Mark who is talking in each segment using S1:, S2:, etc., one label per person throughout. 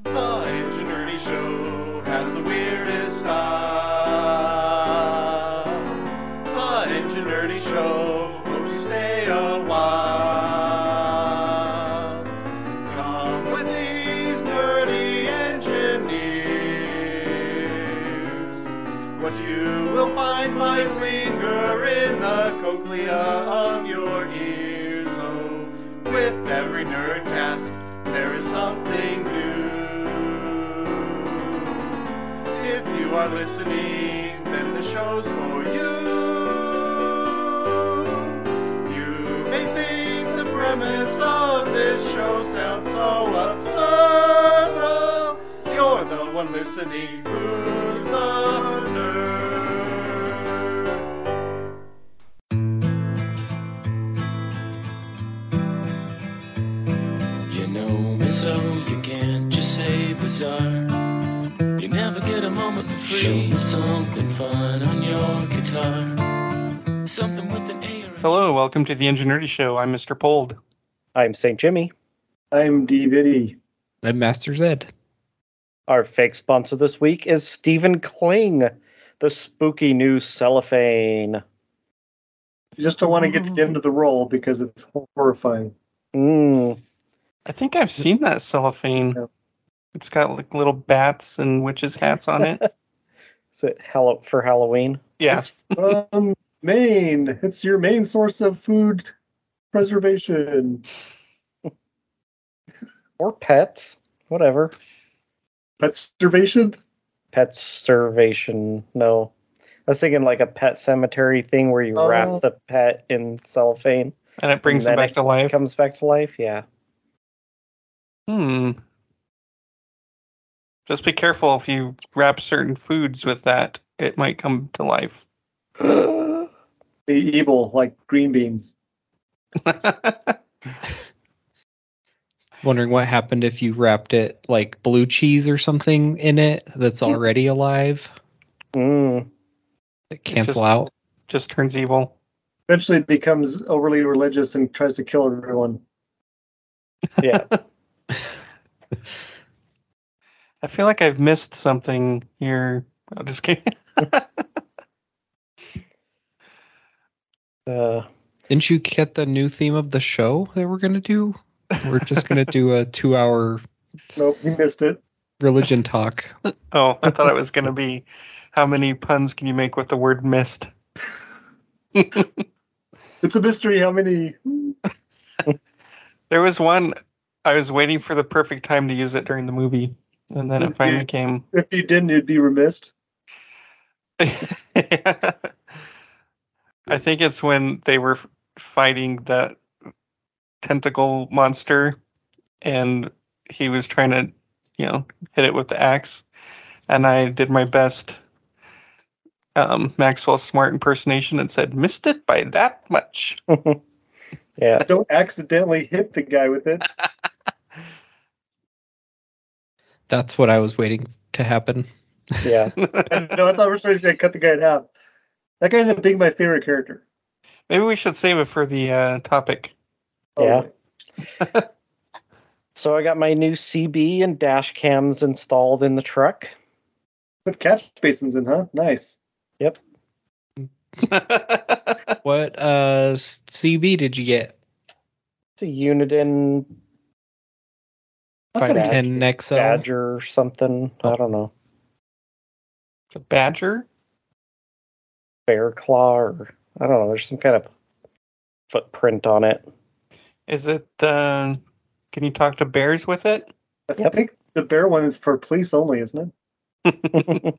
S1: The Ingenuity Show has the weirdest style. The Ingenuity Show hopes you stay a while. Come with these nerdy engineers. What you will find might linger in the cochlea of your ears. So, with every nerdcast, there is something new. If you are listening, then the show's for you. You may think the premise of this show sounds so absurd. Well, you're the one listening who's the nerd.
S2: You know me so you can't just say bizarre. You never get a moment for free. Show me something fun on your guitar. Something with an A or a
S3: Hello, welcome to the Ingenuity Show. I'm Mr. Pold.
S4: I'm St. Jimmy.
S5: I'm DVD.
S6: I'm Master Zed.
S4: Our fake sponsor this week is Stephen Kling, the spooky new cellophane.
S5: You just don't want to get to the end of the roll because it's horrifying.
S4: Mm.
S3: I think I've seen that cellophane.
S5: Yeah.
S3: It's got like little bats and witches' hats on it.
S4: Is it Hall- for Halloween?
S3: yeah.
S5: Um, Maine. It's your main source of food preservation.
S4: Or pets? Whatever.
S5: Preservation?
S4: Pet starvation. No. I was thinking like a pet cemetery thing where you
S5: Oh.
S4: wrap the pet in cellophane.
S3: And it brings
S4: And
S3: them
S4: then
S3: back
S4: it
S3: to life.
S4: comes back to life. Yeah.
S3: hmm. Just be careful if you wrap certain foods with that, it might come to life.
S5: The evil, like green beans.
S6: Wondering what happened if you wrapped it like blue cheese or something in it that's already alive.
S4: Mm.
S6: That cancel
S3: just-
S6: out.
S3: Just turns evil.
S5: Eventually it becomes overly religious and tries to kill everyone.
S4: Yeah.
S3: I feel like I've missed something here. I'm just kidding.
S4: uh,
S6: Didn't you get the new theme of the show that we're gonna do? We're just gonna do a two-hour
S5: Nope, you missed it.
S6: religion talk.
S3: Oh, I thought it was going to be how many puns can you make with the word mist?
S5: It's a mystery how many.
S3: There was one I was waiting for the perfect time to use it during the movie, and then it finally came.
S5: If you didn't, you'd be remiss.
S3: I think it's when they were f- fighting that tentacle monster, and he was trying to, you know, hit it with the axe, and I did my best. Um, Maxwell Smart impersonation and said, "Missed it by that much."
S4: yeah.
S5: Don't accidentally hit the guy with it.
S6: That's what I was waiting to happen.
S4: Yeah.
S5: No, I thought we were supposed to cut the guy in half. That guy ended up being my favorite character.
S3: Maybe we should save it for the uh, topic.
S5: Oh.
S4: Yeah. So I got my new CB and dash cams installed in the truck.
S5: Put catch basins in, huh? Nice.
S6: What uh s- CB did you get?
S4: It's a Uniden
S5: Look at
S4: Badger.
S6: 510 Nexo.
S4: Badger or something. I don't know.
S3: the badger.
S4: Bear Claw or I don't know. There's some kind of footprint on it.
S3: Is it? Uh, can you talk to bears with it?
S5: I
S4: Yep.
S5: think the bear one is for police only, isn't it?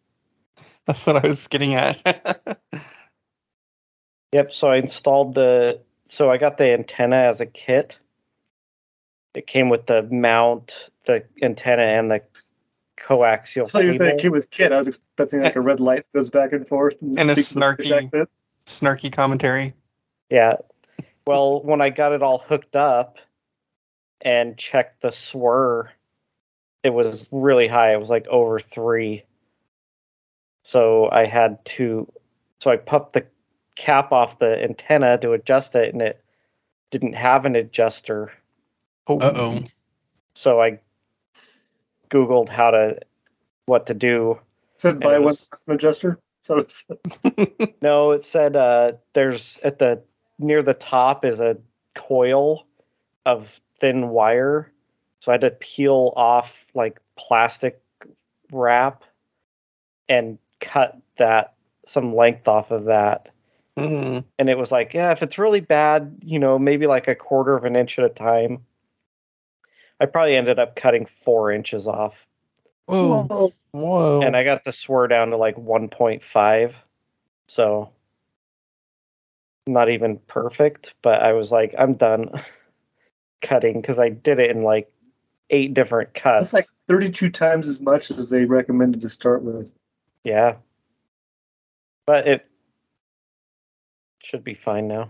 S3: That's what I was getting at.
S4: Yep. So I installed the. So I got the antenna as a kit, It came with the mount, the antenna, and the coaxial
S5: So you said it
S4: cable.
S5: came with kit. I was expecting like a red light that goes back and forth.
S3: And a
S5: speaks with
S3: snarky-
S5: British accent.
S3: Snarky commentary.
S4: Yeah. Well, when I got it all hooked up and checked the SWIR, it was really high. It was like over three. So I had to, so I popped the cap off the antenna to adjust it, and it didn't have an adjuster.
S6: Uh oh.
S4: So I Googled how to, what to do.
S5: Said by
S4: it
S5: one
S4: was-
S5: custom adjuster. So it's
S4: No, it said uh, there's at the near the top is a coil of thin wire. So I had to peel off like plastic wrap and cut that some length off of that.
S3: Mm.
S4: And it was like, yeah, if it's really bad, you know, maybe like a quarter of an inch at a time. I probably ended up cutting four inches off.
S6: Whoa. Whoa.
S5: Oh.
S4: And I got the swirl down to like 1.5. So not even perfect, but I was like, I'm done cutting because I did it in like eight different cuts.
S5: that's like 32 times as much as they recommended to start with.
S4: yeah. But it should be fine now.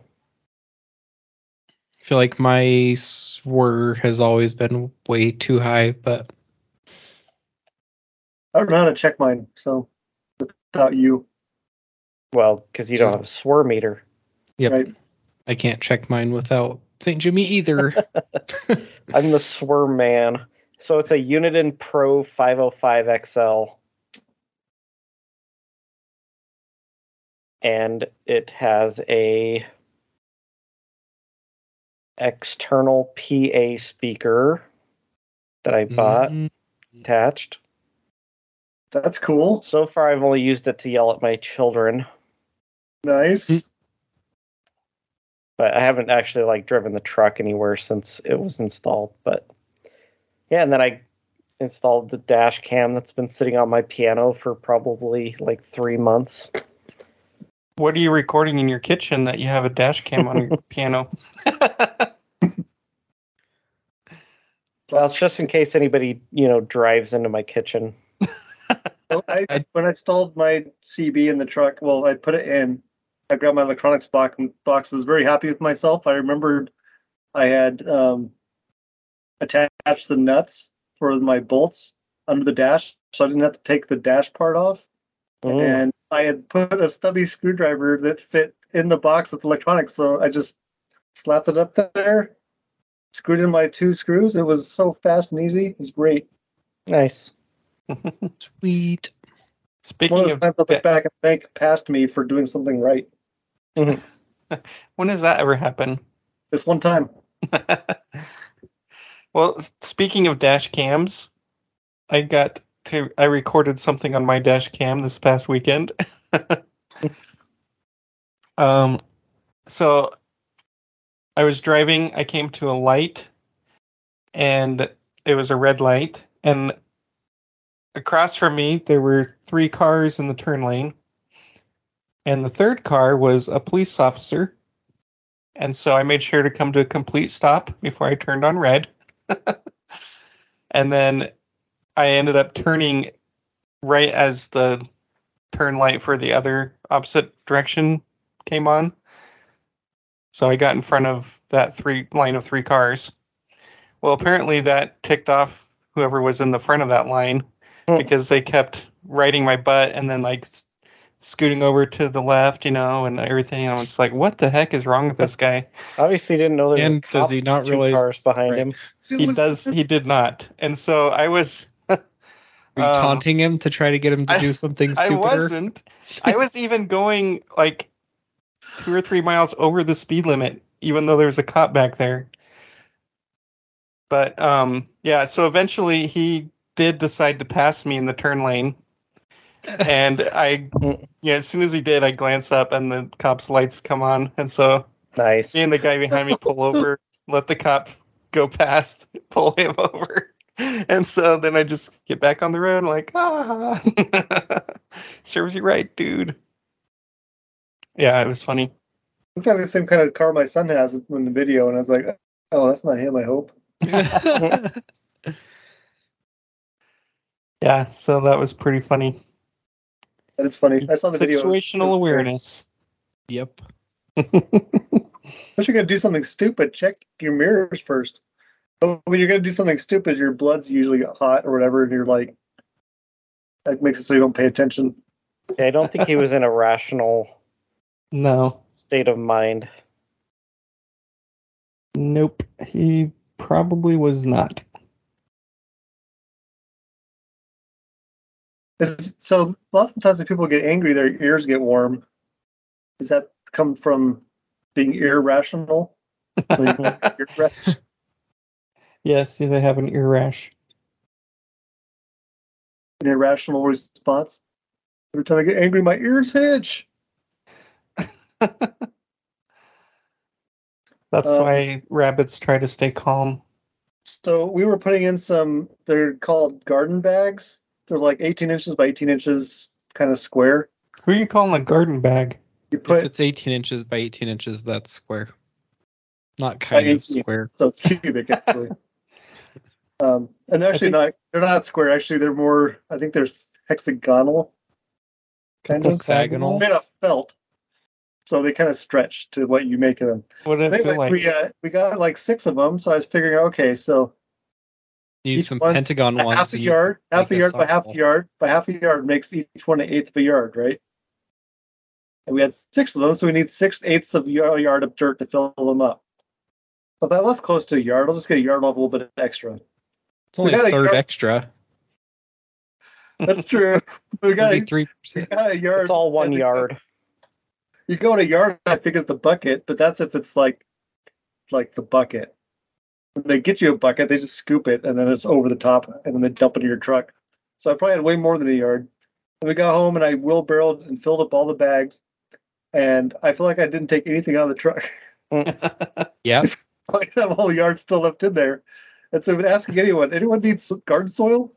S6: I feel like my swer has always been way too high, but
S5: I don't know how to check mine. So without you,
S4: Well, because you don't have a swir meter.
S6: yep,
S5: Right.
S6: I can't check mine without St. Jimmy either.
S4: I'm the swir man. So it's a Uniden Pro 505 XL. And it has a external PA speaker that I bought
S6: Mm,
S4: attached.
S5: that's cool.
S4: So far I've only used it to yell at my children,
S5: Nice.
S4: but I haven't actually like driven the truck anywhere since it was installed, but yeah, and then I installed the dash cam that's been sitting on my piano for probably like 3 months.
S3: What are you recording in your kitchen that you have a dash cam on your piano?
S4: Well, it's just in case anybody, you know, drives into my kitchen.
S5: So I,
S6: I-
S5: when I installed my CB in the truck, well, I put it in. I grabbed my electronics box. Box was very happy with myself. I remembered I had um, attached the nuts for my bolts under the dash, so I didn't have to take the dash part off.
S3: Hmm.
S4: Mm.
S5: And I had put a stubby screwdriver that fit in the box with electronics, so I just slapped it up there, screwed in my two screws. It was so fast and easy. It was great.
S4: Nice.
S6: Sweet.
S3: Speaking
S5: One
S3: of
S5: of those times I'll look back and thank past me for doing something right.
S3: When does that ever happen?
S5: This one time.
S3: well, s- speaking of dash cams, I got to I recorded something on my dash cam this past weekend. um so I was driving, I came to a light and it was a red light and across from me there were three cars in the turn lane. And the third car was a police officer. And so I made sure to come to a complete stop before I turned on red. and then I ended up turning right as the turn light for the other opposite direction came on. So I got in front of that three line of three cars. Well, apparently that ticked off whoever was in the front of that line
S4: Hmm.
S3: because they kept riding my butt and then like s- scooting over to the left, you know, and everything. And I was like, what the heck is wrong with this guy?
S4: Obviously didn't know there was a
S6: And
S4: cop
S6: does he not
S4: two
S6: realize?
S4: cars behind
S6: Right.
S4: him.
S3: He does, he did not. And so I was.
S6: Are you
S3: Um,
S6: taunting him to try to get him to
S3: I-
S6: do something
S3: I
S6: stupider?
S3: wasn't. I was even going like two or three miles over the speed limit, even though there was a cop back there. But um, yeah, so eventually he did decide to pass me in the turn lane, and I yeah, as soon as he did, I glance up and the cop's lights come on, and so
S4: Nice.
S3: me and the guy behind me pull over, let the cop go past, pull him over. And so then I just get back on the road, like, ah, serves you right, dude. Yeah, it was funny.
S5: Looks like the same kind of car my son has in the video, and I was like, "Oh, that's not him." I hope.
S3: Yeah, so that was pretty funny.
S5: That is funny. I saw the video.
S3: Situational awareness.
S6: yep.
S5: Unless you're gonna do something stupid, check your mirrors first. But when you're gonna do something stupid, your blood's usually hot or whatever, and you're like, that makes it so you don't pay attention.
S4: Yeah, I don't think he was in a rational
S3: no.
S4: state of mind.
S3: Nope. He probably was not.
S5: It's, so lots of times when people get angry, their ears get warm. Does that come from being irrational? Like, irra-
S3: Yes, they have an ear rash.
S5: an irrational response. Every time I get angry, my ears hitch.
S3: That's
S5: Um,
S3: why rabbits try to stay calm.
S5: So we were putting in some. They're called garden bags. They're like 18 inches by 18 inches, kind of square.
S3: Who are you calling a garden bag?
S5: You
S6: If
S5: put
S6: it's 18 inches by 18 inches, that's square. Not kind of
S5: 18.
S6: square.
S5: so it's cubic actually. um, and they're
S3: I
S5: actually
S3: think-
S5: not. They're not square. Actually, they're more. I think they're hexagonal. Kind of
S6: Hexagonal?
S5: made of felt. So they kind of stretch to what you make of them.
S3: What did it feel
S5: Anyways,
S3: like?
S5: we uh, we got like six of them. So I was figuring, okay, so
S6: You need
S5: Each
S6: some
S5: one's
S6: pentagon
S5: a
S6: ones.
S5: half a
S6: and you-
S5: yard, half a
S6: make a
S5: yard by half a
S6: softball.
S5: yard by half a yard makes each one an eighth of a yard, right? And we had six of those, so we need six eighths of a yard yard of dirt to fill them up. So that was close to a yard. I'll just get a yard off a little bit extra.
S6: It's only
S5: got
S6: a
S5: a
S6: third
S5: yard-
S6: extra.
S5: That's true. we got a,
S6: 33%.
S5: we got a yard.
S4: It's all one
S5: every-
S4: yard.
S5: You go to yard, I think, is the bucket, but that's if it's like, like the bucket. When they get you a bucket, they just scoop it, and then it's over the top, and then they dump it in your truck. So I probably had way more than a yard. And we got home, and I wheelbarrowed and filled up all the bags, and I feel like I didn't take anything out of the truck.
S6: Yep.
S5: like that whole yard still left in there. And so I've been asking anyone, anyone needs some garden soil?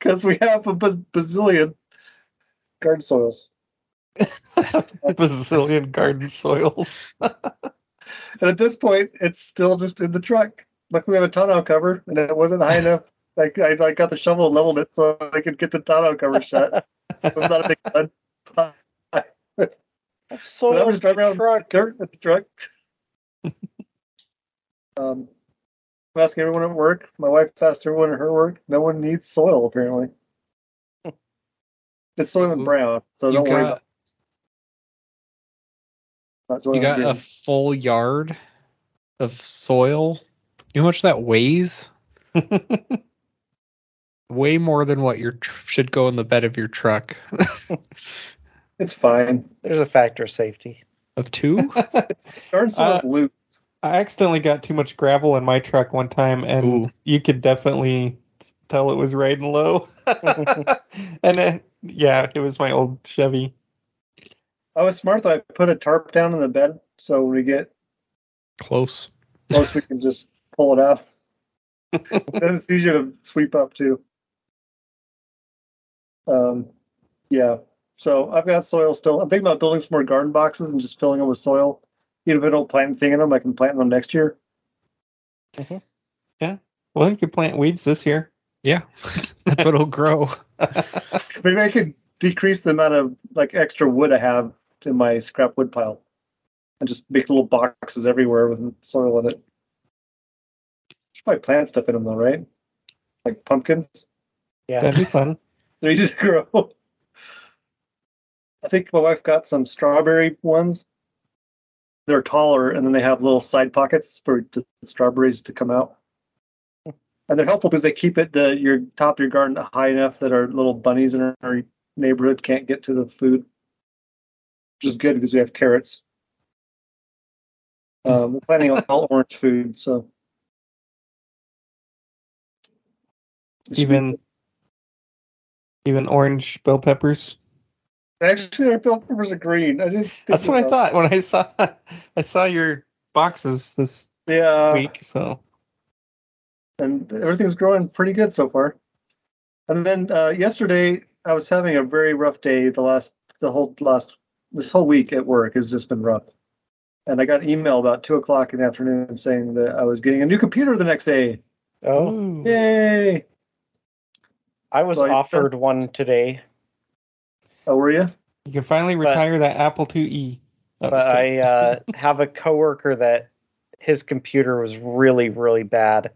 S5: Because we have a ba- bazillion garden soils.
S3: Brazilian garden soils.
S5: And at this point, it's still just in the truck. Luckily, we have a tonneau cover, and it wasn't high enough. Like I, I got the shovel and leveled it so I could get the tonneau cover shut. It's not a big gun.
S4: So
S5: I'm just driving around with dirt at the truck. um, I'm asking everyone at work. My wife asked everyone at her work. No one needs soil apparently. It's soil and brown, so
S6: You
S5: don't worry. About
S6: got,
S5: that soil
S6: you got
S5: and
S6: a
S5: green.
S6: full yard of soil. You know how much that weighs? Way more than what your tr- should go in the bed of your truck.
S5: It's fine.
S4: There's a factor of safety.
S6: Of two?
S5: Garden soil
S6: Uh,
S5: is loose.
S3: I accidentally got too much gravel in my truck one time, and
S6: Ooh.
S3: you could definitely tell it was riding low. and it, yeah, it was my old Chevy.
S5: I was smart though. I put a tarp down in the bed, so when we get
S6: Close.
S5: close, we can just pull it out. then it's easier to sweep up too. Um, yeah. So I've got soil still. I'm thinking about building some more garden boxes and just filling them with soil. Even if I don't plant anything in them, I can plant them next year.
S3: Well, you could plant weeds this year.
S6: That's what it'll grow.
S5: Maybe I could decrease the amount of like extra wood I have in my scrap wood pile, and just make little boxes everywhere with soil in it. Should probably plant stuff in them though, right? Like pumpkins.
S4: Yeah.
S3: That'd be fun.
S5: They just grow. I think my wife got some strawberry ones. They're taller, and then they have little side pockets for the strawberries to come out. And they're helpful because they keep it the your top of your garden high enough that our little bunnies in our neighborhood can't get to the food, which is good because we have carrots. Um, we're planning on all orange food, so It should be
S3: Even even orange bell peppers.
S5: Actually, our bell peppers are green. I just
S3: That's what I thought when I saw I saw your boxes this
S4: Uh,
S5: Yeah,
S3: week. So
S5: and everything's growing pretty good so far. And then uh, yesterday, I was having a very rough day. The last, the whole last, this whole week at work has just been rough. And I got an email about two o'clock in the afternoon saying that I was getting a new computer the next day.
S4: Oh,
S3: Ooh.
S5: Yay!
S4: I was
S5: Right, so-
S4: offered one today,
S5: Oh, were you?
S3: You can finally
S4: But-
S3: retire that Apple E. IIe. No, I'm just
S4: but
S3: kidding.
S4: I uh, have a coworker that his computer was really, really bad,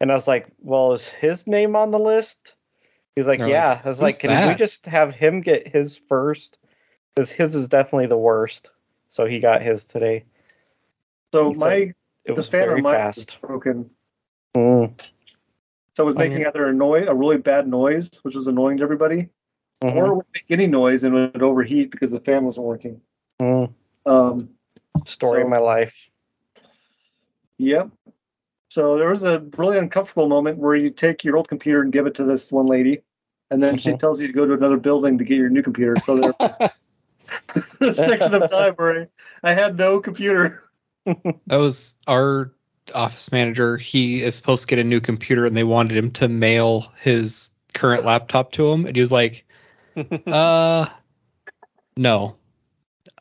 S4: and I was like, "Well, is his name on the list?" He's like,
S6: They're like,
S4: "Yeah." I was
S6: "Who's
S4: like, "Can we
S6: that?"
S4: just have him get his first? Because his is definitely the worst." So he got his today.
S5: So
S4: He said
S5: my
S4: It
S5: the
S4: was
S5: fan
S4: very
S5: on my
S4: fast.
S5: broken.
S4: Mm.
S5: So it was
S3: Oh, yeah.
S5: making either a noise, a really bad noise, which was annoying to everybody,
S4: Mm-hmm.
S5: or it would make any noise and it would overheat because the fan wasn't working.
S4: Mhm.
S5: Um,
S4: Story
S5: So-
S4: of my life.
S5: Yep. So there was a really uncomfortable moment where you take your old computer and give it to this one lady, and then she tells you to go to another building to get your new computer. So there was a section of time where I, I had no computer.
S6: That was our office manager. He is supposed to get a new computer, and they wanted him to mail his current laptop to him, and he was like, "Uh, no,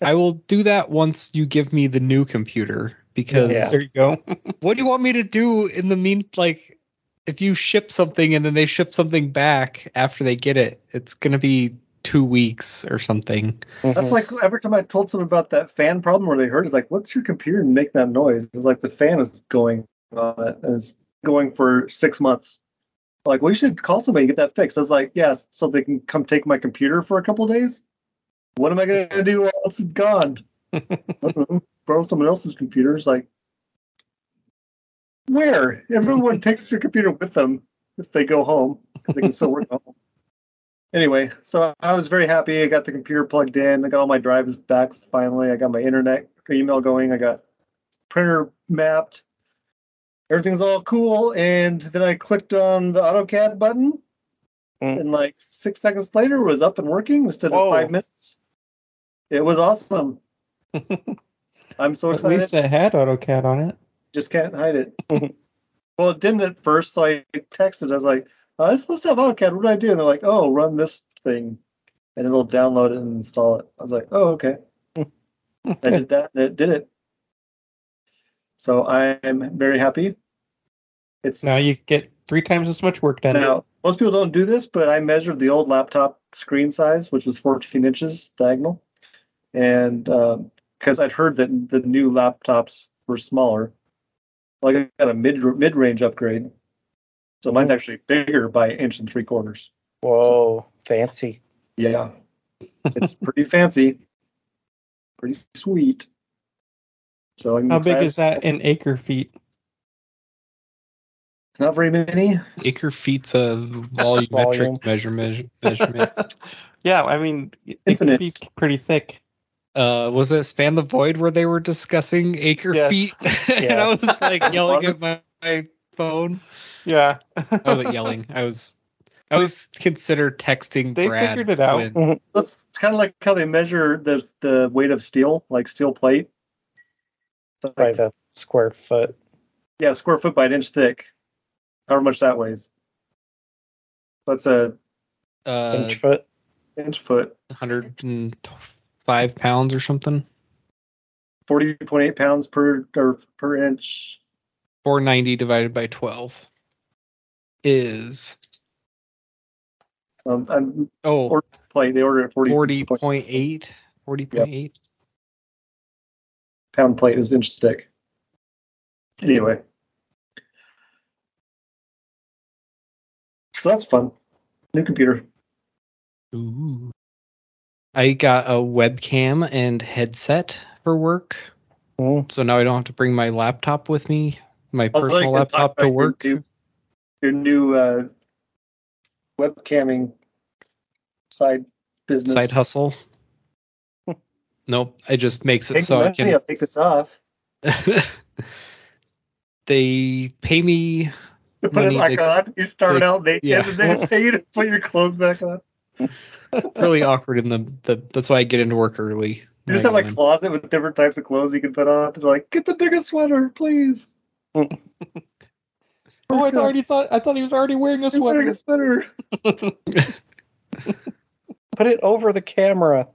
S6: I will do that once you give me the new computer." Because
S4: Yeah.
S3: there you go.
S6: what do you want me to do in the mean? Like, if you ship something and then they ship something back after they get it, it's gonna be two weeks or something.
S4: Mm-hmm.
S5: That's like every time I told someone about that fan problem where they heard it's like, what's your computer and make that noise? It's like the fan is going on it and it's going for six months. Like, well, you should call somebody and get that fixed. I was like, yes, so they can come take my computer for a couple days. What am I going to do while it's gone? I don't know. Borrow someone else's computer. It's like, where? Everyone takes your computer with them if they go home because they can still work at home. Anyway, so I was very happy. I got the computer plugged in. I got all my drives back finally. I got my internet email going. I got printer mapped. Everything's all cool. And then I clicked on the AutoCAD button.
S4: Mm.
S5: And like six seconds later, it was up and working instead
S4: Whoa.
S5: of five minutes. It was awesome. I'm so
S3: At
S5: excited.
S3: least it had AutoCAD on it.
S5: Just can't hide it. well, it didn't at first, so I texted. I was like, uh, "It's supposed to have AutoCAD. What do I do?" And they're like, "Oh, run this thing, and it'll download it and install it." I was like, "Oh, okay." I did that. And it did it. So I am very happy. It's
S3: Now you get three times as much work done.
S5: now, most people don't do this, but I measured the old laptop screen size, which was 14 inches diagonal, and because I'd heard that the new laptops were smaller, like I got a mid mid range upgrade, so mine's actually bigger by inch and three quarters.
S4: Whoa, fancy.
S5: Yeah, it's pretty fancy, pretty sweet. So I'm
S3: How big
S5: excited.
S3: is that in acre feet?
S5: Not very many.
S6: Acre feet's a volumetric
S4: Volume.
S6: measure, measure measurement.
S3: yeah, I mean, it it
S5: Infinite.
S3: could be pretty thick.
S6: uh was it span the void where they were discussing acre
S3: Yes.
S6: feet and
S4: Yeah.
S6: i was like yelling at my, my phone
S3: Yeah. Oh,
S6: i wasn't yelling i was i was consider texting
S3: They
S6: Brad
S3: figured it out.
S6: when-
S5: That's kind of like how they measure the the weight of steel, like steel plate. So
S4: By
S5: like
S4: the square foot.
S5: Yeah, square foot by an inch thick. However much that weighs. That's a
S6: uh
S4: inch foot.
S5: inch foot,
S6: 105 pounds or something
S5: forty point eight pounds per or per inch.
S6: 490 divided by 12 is
S5: Um, I'm
S6: oh
S5: Or- playing. They order it forty
S6: 40.8 40.8
S5: pound plate is inch thick. Anyway, so that's fun. New computer.
S6: Ooh. I got a webcam and headset for work.
S5: Mm-hmm.
S4: Mm.
S6: So now I don't have to bring my laptop with me, my
S5: Although you
S6: personal
S5: can talk
S6: laptop to
S5: about your
S6: work.
S5: new- Your new uh, webcamming side business.
S6: Side hustle. nope. It just makes it
S5: Take
S6: so
S5: money,
S6: I can
S5: I'll take this off.
S6: they pay me
S5: You put it
S6: Money
S5: back
S6: to-
S5: on. You start
S6: to-
S5: out naked,
S6: yeah.
S5: and then pay you to put your clothes back on.
S6: it's really awkward in the, the that's why I get into work early.
S5: You just
S6: Like,
S5: have like
S6: um,
S5: closet with different types of clothes you can put on. They're like, get the biggest sweater, please.
S3: Oh, I already thought I thought he was already wearing a
S5: Get the
S3: sweater.
S5: biggest sweater.
S4: Put it over the camera.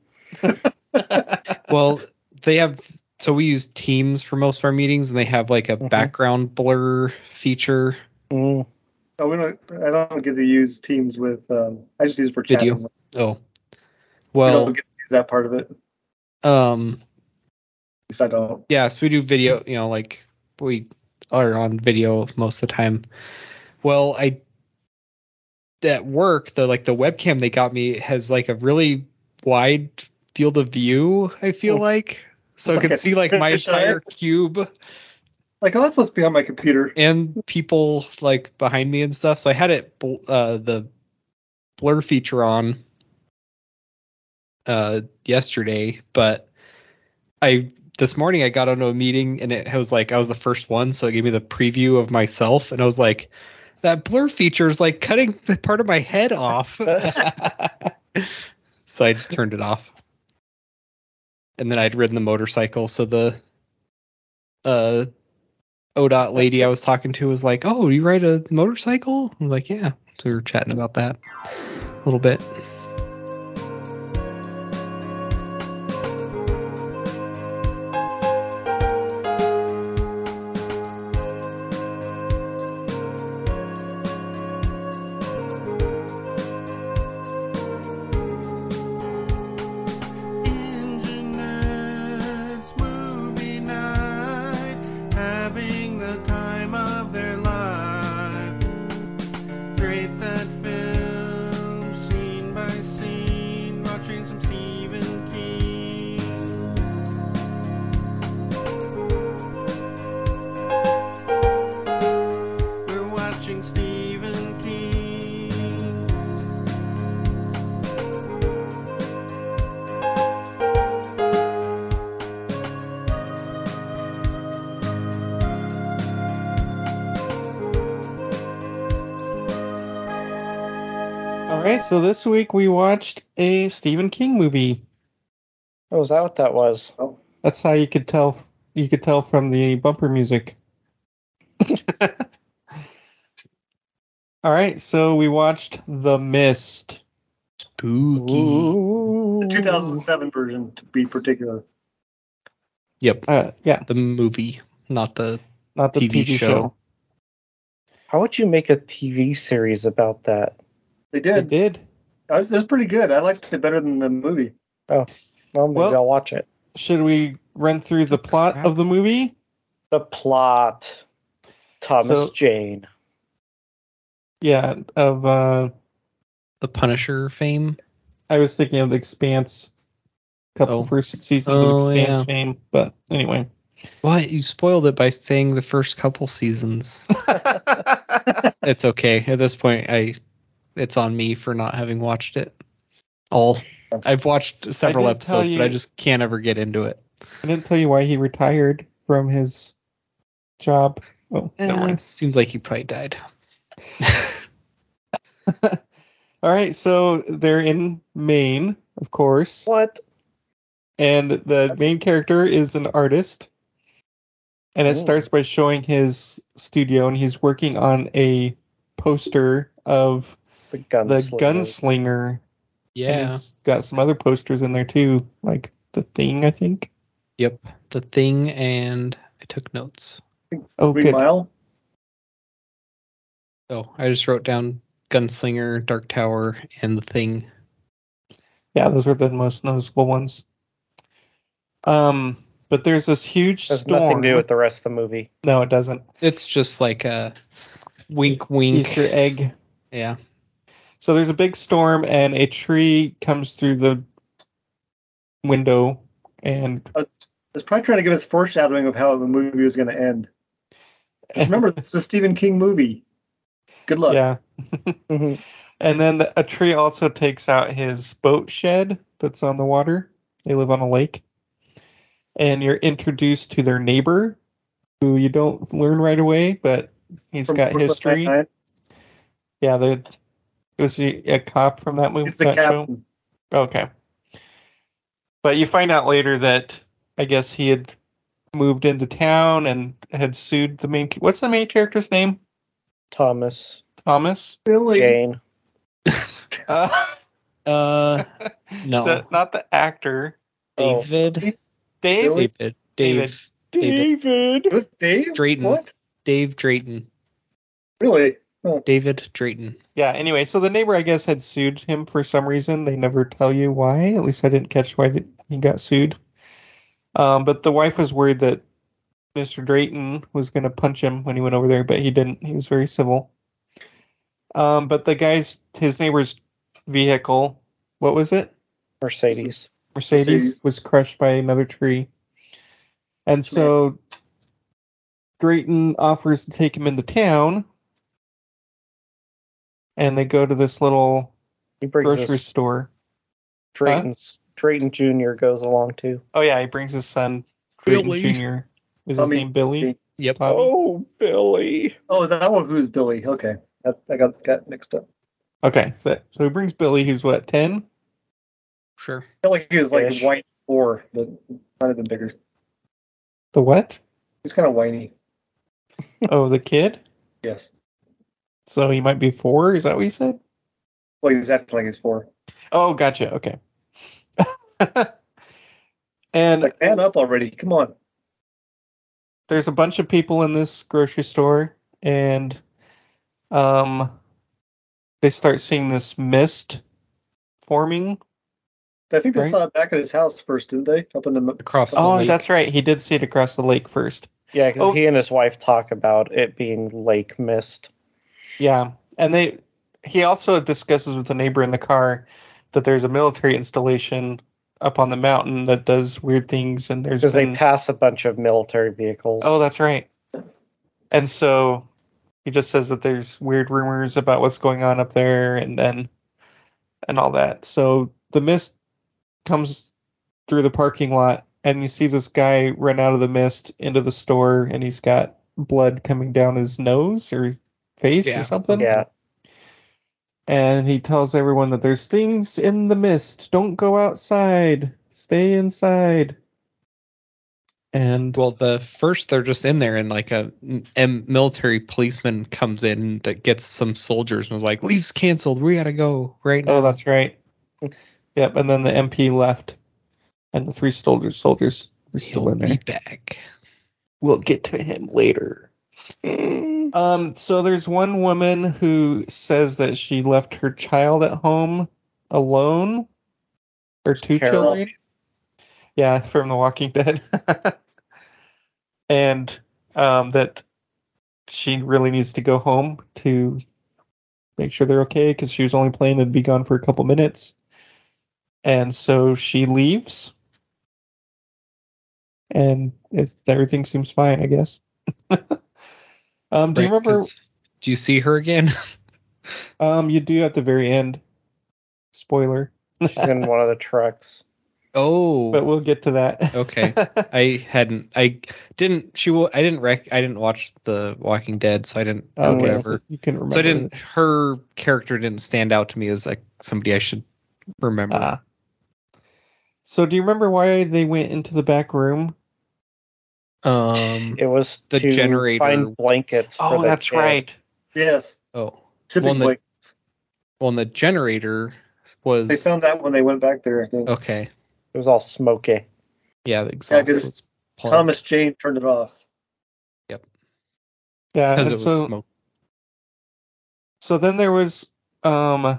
S6: well they have so we use teams for most of our meetings and they have like a
S4: Mhm.
S6: background blur feature
S4: Mm.
S5: Oh, we don't. I don't get to use Teams with. Um, I just use for chat.
S6: Video. Oh,
S5: We
S6: well,
S5: don't get to use that part of it. At
S6: um,
S5: least I don't.
S6: yeah so we do video you know like we are on video most of the time well i at work the like the webcam they got me has like a really wide field of view i feel
S5: Mm.
S6: like so i
S5: It's
S6: can
S5: like a
S6: see like my
S5: fisheye.
S6: entire cube
S5: Like, oh, that's what's behind my computer.
S6: and people like behind me and stuff so i had it bl- uh the blur feature on uh yesterday but i this morning i got onto a meeting and it was like i was the first one so it gave me the preview of myself and i was like that blur feature is like cutting the part of my head off so i just turned it off and then i'd ridden the motorcycle so the uh odot lady i was talking to was like oh you ride a motorcycle i'm like yeah so we were chatting about that a little bit
S1: Internet's movie night, having the time of their life. Rate that film scene by scene, watching some Stephen King. We're watching Stephen King.
S3: All right, so this week we watched a Stephen King movie.
S4: Oh, is that what that was?
S5: Oh.
S3: That's how you could tell. You could tell from the bumper music. All right, so we watched The Mist.
S6: Spooky.
S5: The 2007 version, to be particular.
S6: Yep,
S3: Uh, yeah,
S6: the movie, not the.
S3: not the
S6: TV
S3: TV,
S6: show.
S3: show.
S4: How would you make a TV series about that?
S5: They
S3: It
S5: did.
S3: did.
S5: I was, it was pretty good. I liked it better than the movie.
S4: Well, maybe
S3: Well-
S4: I'll watch it.
S3: Should we run through the plot
S6: Crap.
S3: of the movie?
S4: The plot. Thomas
S3: So-
S4: Jane.
S3: Yeah, of uh,
S6: The Punisher fame.
S3: I was thinking of The Expanse. Couple
S6: Oh.
S3: first seasons
S6: Oh,
S3: of Expanse
S6: yeah.
S3: fame, but anyway.
S6: What? You spoiled it by saying the first couple seasons. it's okay. At this point, I it's on me for not having watched it. All I've watched several
S3: did tell
S6: episodes, but I
S3: you-
S6: just can't ever get into it.
S3: I didn't tell you why he retired from his job. Oh, never
S6: Eh,
S3: mind.
S6: seems like he probably died.
S3: All right, so they're in Maine, of course,
S4: What?
S3: and the main character is an artist. And it
S6: Oh.
S4: Ooh.
S3: starts by showing his studio, and he's working on a poster of
S4: The gunslinger.
S3: the gunslinger. And
S6: Yeah.
S3: he's got some other posters in there too, like the thing, I think.
S6: Yep. The thing, and I took notes.
S3: Oh,
S5: Green
S3: good.
S5: Mile.
S6: Oh, I just wrote down Gunslinger, Dark Tower, and the thing.
S3: Yeah, those were the most noticeable ones. Um, but there's this huge
S4: has
S3: storm.
S4: nothing to do with the rest of the movie.
S3: no, it doesn't.
S6: It's just like a wink, wink.
S3: Easter egg.
S6: Yeah.
S3: So there's a big storm, and a tree comes through the window, and
S5: It's probably trying to give us foreshadowing of how the movie was going to end. Just remember, it's a Stephen King movie. Good luck.
S3: yeah,
S5: Mm-hmm.
S4: Mhm.
S3: and then the, a tree also takes out his boat shed that's on the water. They live on a lake, and you're introduced to their neighbor, who you don't learn right away, but he's
S5: From
S3: got
S5: Brooklyn
S3: history.
S5: Nine-Nine,
S3: Yeah, the it was a, a cop from that movie.
S5: He's the
S3: that show.
S5: captain.
S3: Okay. But you find out later that I guess he had moved into town and had sued the main. What's the main character's name?
S4: Thomas
S3: Thomas.
S5: Really?
S4: Jane.
S3: Uh,
S6: Uh,
S3: Oh.
S6: no.
S3: the- not the actor.
S4: Oh.
S6: David.
S3: Dave.
S5: Really?
S6: David.
S3: David.
S6: Dave. David.
S5: It was Dave?
S6: Drayton.
S5: What?
S6: Dave Drayton.
S5: Really? Oh,
S6: David Drayton.
S3: Yeah, anyway, so the neighbor, I guess, had sued him for some reason. They never tell you why. At least I didn't catch why that he got sued. Um, but the wife was worried that Mr. Drayton was going to punch him when he went over there, but he didn't. He was very civil. Um, but the guy's, his neighbor's vehicle, what was it?
S4: Mercedes.
S3: Mercedes,
S5: Mercedes.
S3: was crushed by another tree. And
S5: That's right.
S3: so Drayton offers to take him into town. And they go to this little
S4: He brings
S3: grocery
S4: us
S3: store.
S4: Drayton's Drayton Jr. goes along too.
S3: Oh yeah, he brings his son Drayton
S6: Billy.
S3: Jr. Is his
S5: Tommy.
S3: name Billy?
S6: Yep.
S3: Tommy?
S4: Oh, Billy.
S5: Oh, is that one? Who's Billy? Okay, that, I got got mixed up.
S3: Okay, so so he brings Billy, who's what ten?
S6: Sure.
S5: I felt like he was like
S4: Ish.
S5: white or but might have been bigger.
S3: The what?
S5: He's kind of whiny.
S3: oh, the kid.
S5: Yes.
S3: So he might be four. Is that what you said?
S5: Well, he's acting like he's four.
S3: Oh, gotcha. Okay. and
S5: Like man up already. Come on.
S3: there's a bunch of people in this grocery store and um they start seeing this mist forming
S5: I think they
S3: Right.
S5: saw it back at his house first, didn't they? Up in the m-
S6: Across the
S3: oh
S6: lake.
S3: that's right he did see it across the lake first
S4: Yeah, because
S3: Oh.
S4: he and his wife talk about it being lake mist.
S3: yeah and they he also discusses with the neighbor in the car that there's a military installation up on the mountain that does weird things and there's
S4: Because they
S3: been-
S4: pass a bunch of military vehicles.
S3: oh that's right and so he just says that there's weird rumors about what's going on up there and then and all that so the mist comes through the parking lot and you see this guy run out of the mist into the store and he's got blood coming down his nose or face
S6: Yeah.
S3: or something
S4: yeah.
S3: and he tells everyone that there's things in the mist don't go outside stay inside and
S6: Well, the first they're just in there, and like a, m- military policeman comes in that gets some soldiers and was like, "Leave's canceled. We gotta go right now."
S3: Oh, that's right. Yep, and then the MP left, and the three soldiers soldiers were still
S6: He'll
S3: in
S6: Be
S3: there.
S6: back.
S3: We'll get to him later. Um, so there's one woman who says that she left her child at home alone, or two
S4: Carol.
S3: children. Yeah, from The Walking Dead, and um, that she really needs to go home to make sure they're okay because she was only planning to be gone for a couple minutes. And so she leaves. And it's, everything seems fine, I guess. um, do you
S6: Right,
S3: remember?
S6: 'cause- Do you see her again?
S3: Um, you do at the very end. Spoiler,
S4: She's in one of the trucks.
S6: oh,
S3: but we'll get to that.
S6: Okay. I hadn't. I didn't. She. wa- I didn't rec. I didn't watch The Walking Dead, so I didn't.
S3: okay.
S6: Whatever.
S3: So you can remember.
S6: So I didn't. Her character didn't stand out to me as like somebody I should remember.
S3: Ah. so do you remember why they went into the back room?
S6: um.
S4: It was
S6: The
S4: to
S6: generator.
S4: find blankets. for
S3: Oh,
S4: the
S3: that's
S4: kid.
S3: right.
S5: Yes.
S6: Oh.
S5: Shipping
S6: One that-
S5: like
S6: Well, and the generator was.
S5: they found that when they went back there. I think
S6: okay.
S4: It was all smoky.
S6: Yeah. The exhaust
S5: 'cause
S6: was. plugged.
S5: Thomas Jane turned it off.
S3: Yeah.
S6: because
S3: and
S6: it was
S3: so,
S6: smoke.
S3: So then there was um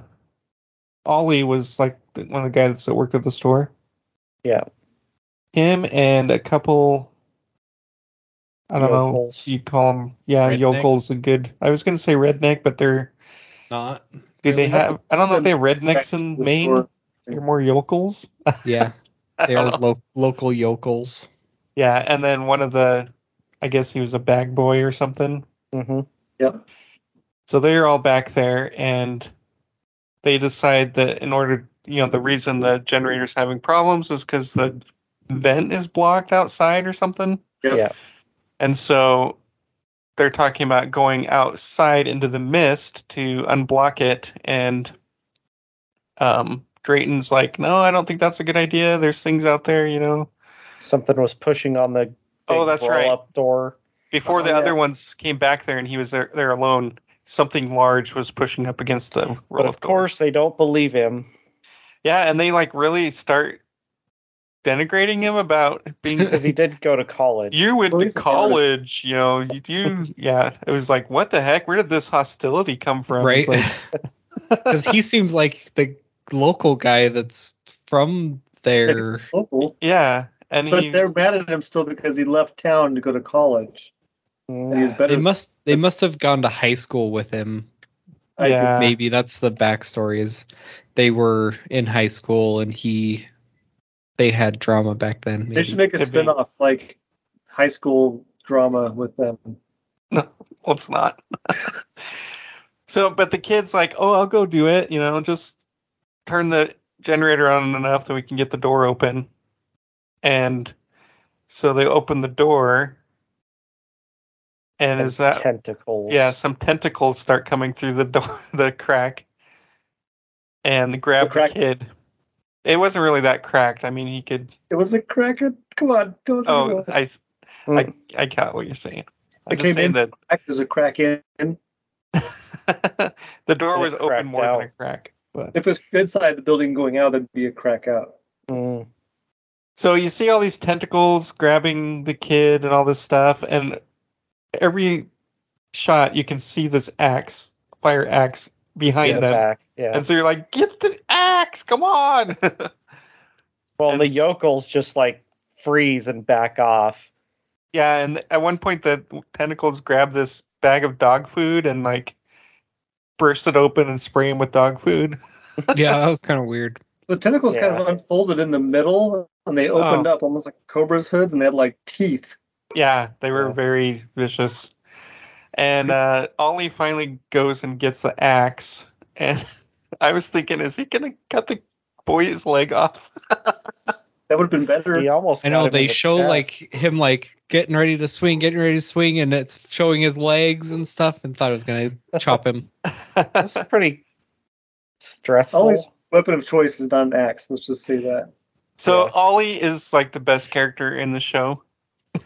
S3: Ollie was like the- one of the guys that worked at the store.
S4: Yeah.
S3: Him and a couple I don't know
S4: Yokels.
S3: if you call them yeah,
S6: Rednecks?
S3: yokels a good I was gonna say redneck, but they're
S6: Not.
S3: do they
S6: Really?
S3: have I don't know if they have
S5: Back
S3: rednecks
S5: to
S3: in
S5: the
S3: Maine.
S5: store.
S3: They're more yokels.
S6: Yeah,
S3: I
S6: they
S3: don't
S6: are
S3: know.
S6: lo- local yokels.
S3: Yeah, and then one of the I guess he was a bag boy or something.
S4: hmm
S5: Yep.
S3: So they're all back there, and they decide that in order, you know, the reason the generator's having problems is because the vent is blocked outside or something.
S5: Yep.
S4: Yeah.
S3: And so they're talking about going outside into the mist to unblock it. And um, Drayton's like, no, I don't think that's a good idea. There's things out there, you know.
S4: Something was pushing on the.
S3: Oh,
S4: big
S3: that's right.
S4: roll-up door.
S3: Before
S5: Oh,
S3: the
S5: yeah.
S3: other ones came back there and he was there, there alone, something large was pushing up against the
S4: But
S3: roll
S4: of
S3: of door.
S4: course, they don't believe him.
S3: Yeah, and they like really start denigrating him about being
S4: because he did go to college.
S3: you went
S5: Well,
S3: to
S5: he's-
S3: college, you know, you, you yeah. It was like, what the heck? Where did this hostility come from?
S6: right?
S3: It's like,
S6: Because he seems like the local guy that's from there.
S5: It's local.
S3: yeah, and
S5: But
S3: he
S5: they're mad at him still because he left town to go to college.
S4: Mm.
S5: And he's better.
S6: They must they must have gone to high school with him.
S5: I-
S3: yeah.
S6: Maybe that's the backstory is they were in high school and he they had drama back then.
S5: they
S6: maybe.
S5: should make a
S3: Could be.
S5: spin off like high school drama with them.
S3: Well, it's not. so, but the kid's like, oh, I'll go do it. You know, just turn the generator on enough that we can get the door open. And so they open the door. And is that,
S4: tentacles?
S3: yeah, some tentacles start coming through the door, the crack, and grab
S5: The
S3: the,
S5: crack-
S3: kid. It wasn't really that cracked. I mean, he could.
S5: It was a crack. at- Come on. Don't think
S3: Oh,
S5: about it.
S3: I, s- I, I got what you're saying. I'm
S5: It
S3: just
S5: came
S3: saying
S5: in.
S3: that
S5: Crack, There's a crack in. If
S3: the door
S4: And it
S3: was
S4: cracked
S3: open more
S4: out.
S3: than a crack. But
S5: it was inside the building going out, that'd be a crack out.
S4: Mm.
S3: so you see all these tentacles grabbing the kid and all this stuff, and every shot you can see this axe, fire axe, behind
S4: Yeah,
S3: them.
S4: back. Yeah.
S3: And so you're like, get the axe, come on.
S4: Well, the
S3: it's-
S4: yokels just like freeze and back off.
S3: yeah, and at one point the tentacles grab this bag of dog food and like burst it open and spray him with dog food.
S6: yeah, that was kind of weird.
S5: The tentacles kind of
S4: Yeah.
S5: unfolded in the middle and they opened up almost like cobra's hoods and they had like teeth.
S3: Yeah, they were
S4: Yeah.
S3: very vicious. And uh, Ollie finally goes and gets the axe. And I was thinking, is he gonna cut the boy's leg off?
S5: That would have been better.
S4: He almost.
S6: I
S4: got
S6: know
S4: him in
S6: they
S4: the
S6: show
S4: chest.
S6: like him like getting ready to swing, getting ready to swing, and it's showing his legs and stuff, and thought it was gonna chop him.
S4: That's pretty stressful.
S5: Ollie's weapon of choice is not an axe. Let's just say that.
S3: so
S4: Yeah.
S3: Ollie is like the best character in the show.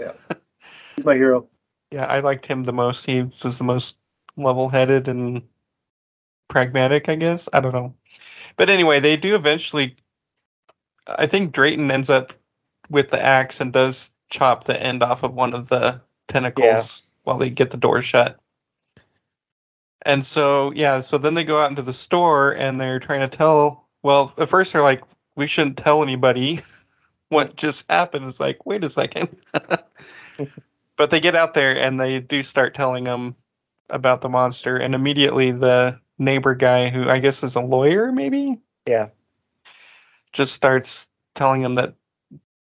S5: He's my hero.
S3: Yeah, I liked him the most. He was the most level-headed and pragmatic, I guess. I don't know. But anyway, they do eventually I think Drayton ends up with the axe and does chop the end off of one of the tentacles while they get the door shut. And so, yeah, so then they go out into the store and they're trying to tell, well, at first they're like, we shouldn't tell anybody what just happened. It's like, wait a second. but they get out there and they do start telling them about the monster. And immediately the neighbor guy, who I guess is a lawyer, maybe?
S4: Yeah.
S3: Just starts telling them that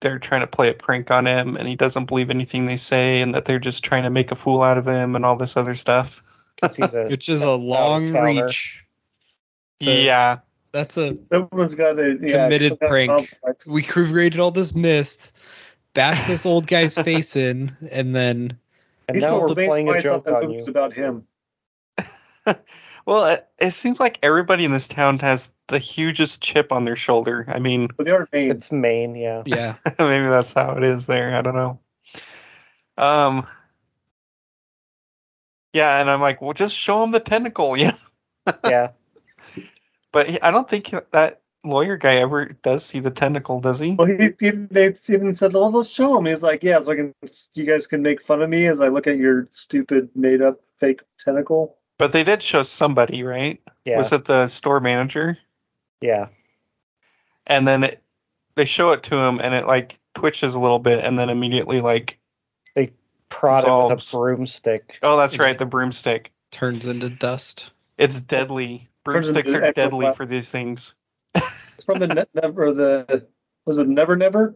S3: they're trying to play a prank on him and he doesn't believe anything they say and that they're just trying to make a fool out of him and all this other stuff.
S4: 'cause he's a
S6: Which is a long
S4: Out-of-towner.
S6: reach. The-
S3: Yeah.
S6: That's a
S5: Someone's got a yeah,
S6: Committed
S5: someone got a
S6: prank.
S5: complex.
S6: we created all this mist, bash this old guy's face in, and then
S4: and
S5: He's
S4: now
S5: still
S4: we're playing
S5: complaining why
S4: a
S5: I thought
S4: joke
S5: that
S4: on
S5: movie
S4: you.
S5: was about him.
S3: Well, it, it seems like everybody in this town has the hugest chip on their shoulder. I mean,
S5: But they are named.
S4: It's Maine, yeah.
S6: yeah,
S3: maybe that's how it is there. I don't know. Um, yeah, and I'm like, well, just show him the tentacle, you know.
S4: Yeah.
S3: But he, I don't think that lawyer guy ever does see the tentacle, does he?
S5: Well, he, he, they even said, "Well, let's show him." He's like, "Yeah, so I can. You guys can make fun of me as I look at your stupid, made-up, fake tentacle."
S3: But they did show somebody, right?
S4: Yeah.
S3: Was it the store manager?
S4: yeah.
S3: and then it, they show it to him and it like twitches a little bit and then immediately like
S4: Prod him with
S3: Dissolves.
S4: a broomstick.
S3: oh that's right the broomstick
S6: turns into dust.
S3: it's deadly
S5: Turns into
S3: broomsticks are
S5: extra
S3: deadly
S5: pla-
S3: for these things
S5: It's from the ne- never or the was it never never,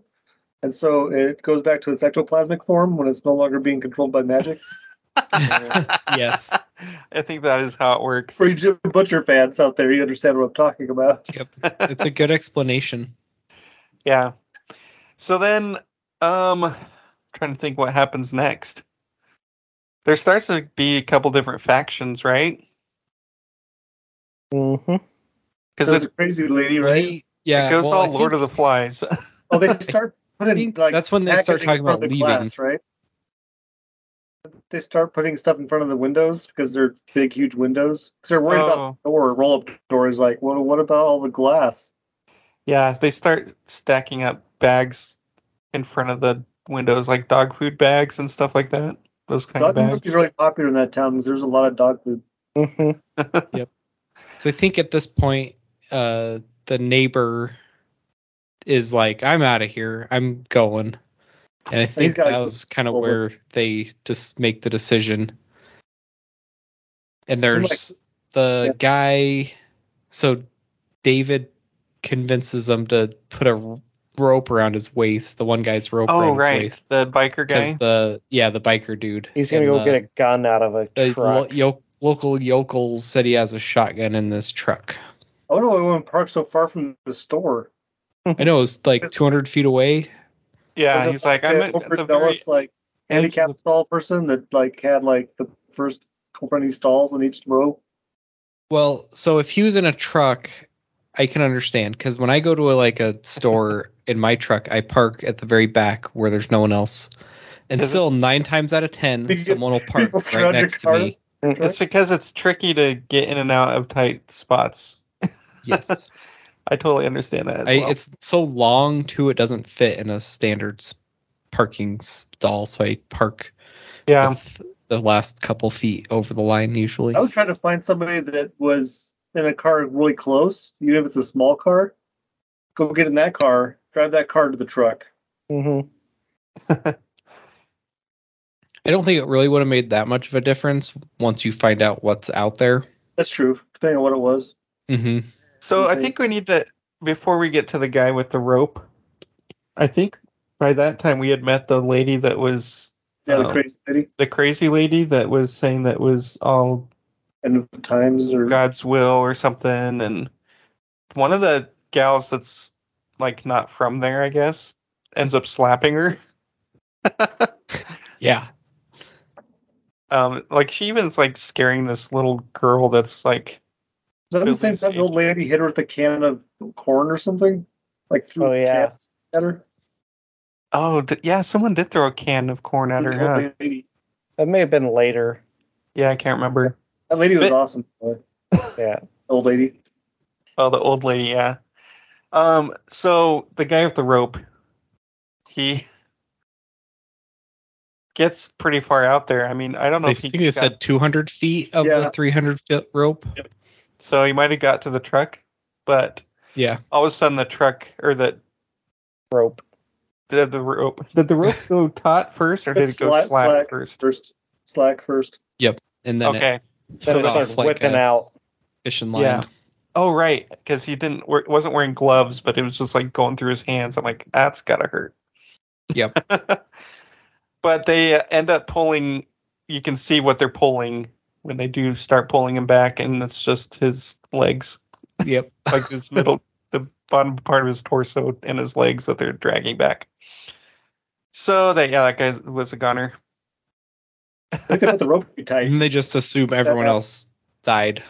S5: and so it goes back to its ectoplasmic form when it's no longer being controlled by magic.
S6: yes.
S3: i think that is how it works
S5: For you Jim Butcher fans out there, you understand what I'm talking about.
S6: Yep. It's a good explanation.
S3: yeah so then um trying to think what happens next there starts to be a couple different factions right
S4: Mm-hmm.
S3: because
S5: There's
S3: it,
S5: a crazy lady, right?
S6: Yeah.
S3: it goes
S6: well,
S3: all
S6: I
S3: lord
S6: think-
S3: of the flies
S5: Oh, they start
S6: I
S5: putting
S6: think
S5: like
S6: that's when they start
S5: packaging
S6: talking
S5: in front
S6: about
S5: of the
S6: leaving.
S5: glass, right? They start putting stuff in front of the windows because they're big, huge windows. Because they're worried
S3: Oh.
S5: about the door, roll up doors. Like, well, what about all the glass?
S3: Yeah, they start stacking up bags in front of the windows, like dog food bags and stuff like that. Those kind
S5: Dog
S3: of
S5: food must be
S3: bags.
S5: really popular in that town because there's a lot of dog food.
S4: Mhm.
S6: So I think at this point, uh, the neighbor is like, "I'm out of here. I'm going," and I think
S5: gotta
S6: that
S5: go
S6: was kind of where
S5: forward.
S6: they just make the decision. And there's the
S5: Yeah.
S6: guy. So David convinces them to put a r- rope around his waist. The one guy's rope
S3: Oh
S6: around his
S3: right,
S6: waist.
S3: the biker guy.
S6: 'Cause the yeah the biker dude.
S4: He's gonna
S6: And uh,
S4: go
S6: the-
S4: get a gun out of a
S6: the lo-
S4: truck.
S6: yo- local yokel said he has a shotgun in this truck.
S5: I wonder why we went park so far from the store.
S6: I know it's like 200 feet away.
S3: Yeah,
S5: There's
S3: he's
S5: a-
S3: like, I'm at, at the very
S5: overzealous, like handicapped stall person that like had like the first twenty stalls in each row.
S6: Well, so if he was in a truck, I can understand because when I go to a, like a store in my truck, I park at the very back where there's no one else, and
S3: Does
S6: still
S3: it's-
S6: nine times out of ten,
S5: You get
S6: someone will park
S5: people
S6: right
S5: surround your
S6: next to
S5: car.
S6: me.
S4: Mm-hmm,
S3: It's because it's tricky to get in and out of tight spots.
S6: Yes,
S3: I totally understand that. As
S6: I,
S3: well.
S6: it's so long too; it doesn't fit in a standard s- parking stall, so I park
S3: yeah,
S6: with the last couple feet over the line usually.
S5: I would try to find somebody that was in a car really close, even if it's a small car. Go get in that car, drive that car to the truck.
S4: Mhm.
S6: I don't think it really would have made that much of a difference once you find out what's out there.
S5: That's true, depending on what it was.
S6: hmm
S3: So I
S5: Mhm.
S3: think we need to before we get to the guy with the rope. I think by that time we had met the lady that was
S5: Yeah, the
S3: Oh.
S5: crazy city
S3: the crazy lady that was saying that was all
S5: and times or
S3: God's will or something, and one of the gals that's like not from there, I guess, ends up slapping her.
S6: Yeah.
S3: Um, like she even's like scaring this little girl that's like
S5: Is that the same time the old lady hit her with a can of corn or something? Like through
S4: Oh, yeah.
S5: cans at her?
S3: Oh, d- yeah, someone did throw a can of corn at
S5: It was
S3: her.
S5: the
S3: huh?
S5: old lady.
S4: That may have been later.
S3: Yeah, I can't remember.
S5: That lady was
S3: But-
S5: awesome. by the way.
S4: Yeah.
S5: Old lady.
S3: Oh, the old lady, yeah. Um, so the guy with the rope, he gets pretty far out there. I mean, I don't know
S6: They
S3: if he
S6: think they
S3: got-
S6: said 200 feet of
S5: Yeah.
S6: the 300 foot rope.
S3: so he might have got to the truck, but
S6: Yeah.
S3: all of a sudden the truck or the
S4: Rope.
S3: the, the rope did the rope go taut first or did it go
S5: Slack-
S3: slack,
S5: slack.
S3: first?
S5: First slack first.
S6: And then it
S3: Okay.
S4: Then it
S6: took
S4: starts
S6: off like
S4: whipping
S6: a
S4: out.
S6: fishing line.
S3: Yeah. Oh right, because he didn't wear, wasn't wearing gloves, but it was just like going through his hands. I'm like, that's gotta hurt.
S6: Yep.
S3: but they uh, end up pulling. You can see what they're pulling when they do start pulling him back, and it's just his legs,
S6: Yep.
S3: like his middle, the bottom part of his torso and his legs that they're dragging back. So that yeah, that guy was a goner.
S5: I think they put the rope too tight.
S3: Mm-hmm.
S6: And they just assume everyone else died.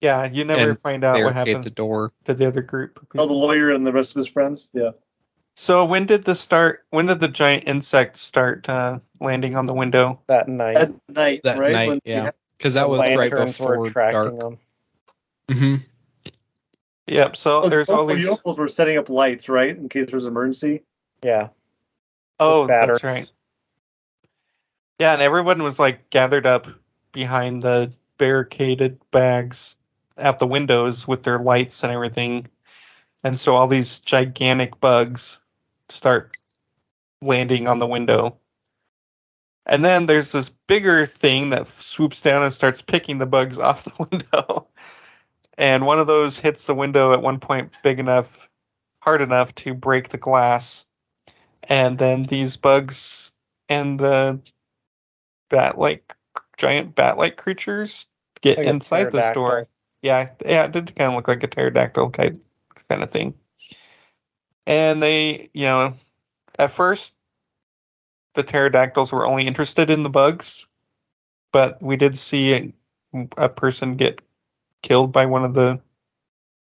S3: Yeah, you never
S6: And
S3: find out what
S6: Barricade
S3: happens
S6: the door.
S3: to the other group. of
S5: Oh,
S3: people.
S5: the lawyer and the rest of his friends. Yeah.
S3: So when did this start? When did the giant insect start uh, landing on the window?
S4: That night.
S5: That night,
S6: That
S5: right?
S6: night,
S5: When they
S6: yeah.
S5: had
S6: Because that
S4: The
S6: was right
S4: lanterns were
S6: before dark.
S4: attracting them.
S6: hmm
S3: Yep.
S6: Oh,
S3: So
S5: those
S3: there's all
S5: local
S3: these.
S5: yokels were setting up lights, right, in case there's an emergency.
S4: Yeah.
S3: Oh,
S4: with
S3: that's
S4: batteries.
S3: right. Yeah, and everyone was like gathered up behind the barricaded bags at the windows with their lights and everything, and so all these gigantic bugs start landing on the window. And then there's this bigger thing that swoops down and starts picking the bugs off the window. And one of those hits the window at one point big enough, hard enough to break the glass. And then these bugs and the bat like giant bat like creatures get
S4: Like a
S3: inside the store.
S4: pterodactyl.
S3: Yeah, yeah, it did kind of look like a pterodactyl type kind of thing. And they, you know, at first the pterodactyls were only interested in the bugs, but we did see a, a person get killed by one of the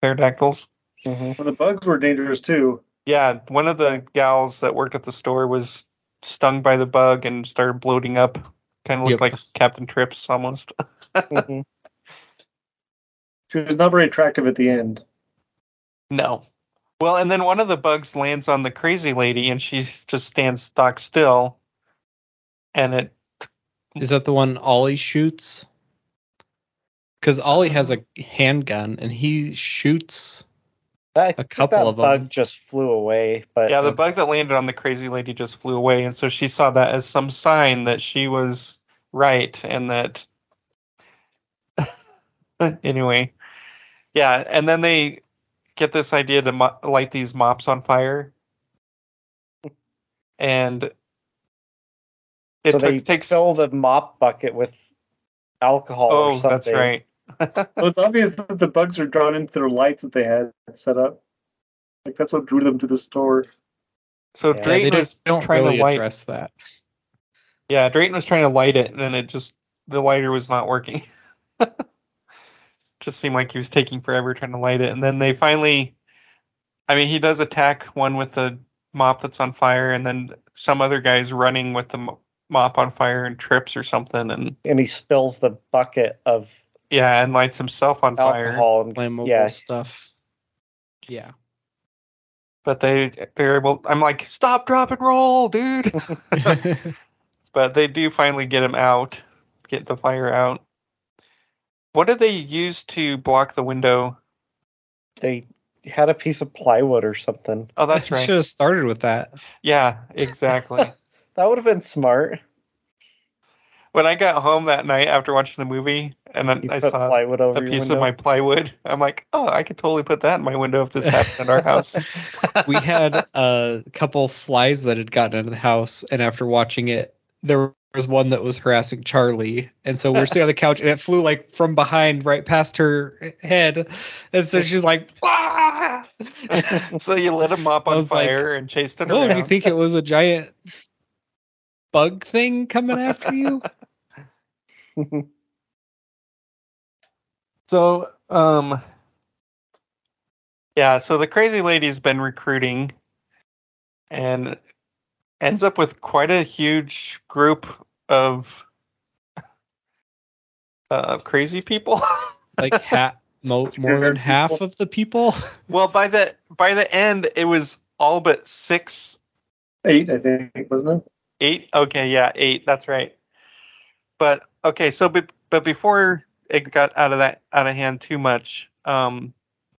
S3: pterodactyls.
S4: Mhm.
S5: Well, the bugs were dangerous too.
S3: Yeah, one of the gals that worked at the store was stung by the bug and started bloating up. Kind of looked
S6: Yep.
S3: like Captain Trips almost.
S4: Mhm.
S5: She was not very attractive at the end.
S3: no. Well, and then one of the bugs lands on the crazy lady, and she just stands stock still. And it
S6: Is that the one Ollie shoots? Because Ollie has a handgun and he shoots.
S4: That, I think
S6: couple
S4: that
S6: of 'em.
S4: bug just flew away, but
S3: yeah, the bug that landed on the crazy lady just flew away, and so she saw that as some sign that she was right, and that anyway, yeah. And then they get this idea to mo- light these mops on fire, and it
S4: so
S3: took-
S4: they
S3: takes.
S4: fill the mop bucket with alcohol. or
S3: oh,
S4: something.
S3: that's right.
S5: Well, it's obvious that the bugs are drawn into their lights that they had set up. Like that's what drew them to the store.
S3: So
S4: Yeah,
S6: Yeah, they
S3: Drayton
S6: don't,
S3: was
S6: don't
S3: trying
S6: really
S3: to light.
S6: address that.
S3: Yeah, Drayton was trying to light it, and then it just the lighter was not working. just seemed like he was taking forever trying to light it, and then they finally. I mean, he does attack one with the mop that's on fire, and then some other guy's running with the mo- mop on fire and trips or something, and
S4: And he spills the bucket of
S3: yeah, and lights himself on fire.
S4: alcohol and
S6: Flammable
S4: Yeah.
S6: stuff. Yeah.
S3: But they they're able. I'm like, stop, drop, and roll, dude. but they do finally get him out, get the fire out. What did they use to block the window?
S4: they had a piece of plywood or something.
S3: Oh, that's
S6: Should
S3: right.
S6: have started with that.
S3: Yeah, exactly.
S4: That would have been smart.
S3: when I got home that night after watching the movie and then
S4: You
S3: I
S4: put
S3: saw
S4: plywood over
S3: a
S4: your
S3: piece
S4: window.
S3: of my plywood, I'm like, oh, I could totally put that in my window if this happened in our house.
S6: we had a couple flies that had gotten into the house, and after watching it, there was one that was harassing Charlie, and so we were sitting on the couch, and it flew like from behind, right past her head, and so she's like, "Ah!" I
S3: so you lit a mop
S6: I
S3: on
S6: was like,
S3: fire and chased it
S6: "Oh, do
S3: around.
S6: you think it was a giant bug thing coming after you?"
S3: So, um, yeah, so the crazy lady's been recruiting and ends up with quite a huge group of uh, crazy people.
S6: Like hat. Mo- more than half of the people.
S3: well, by the by the end, it was all but six,
S5: Eight, I think, wasn't it?
S3: eight. Okay, yeah, eight. That's right. But okay, so be, but before it got out of that out of hand too much, um,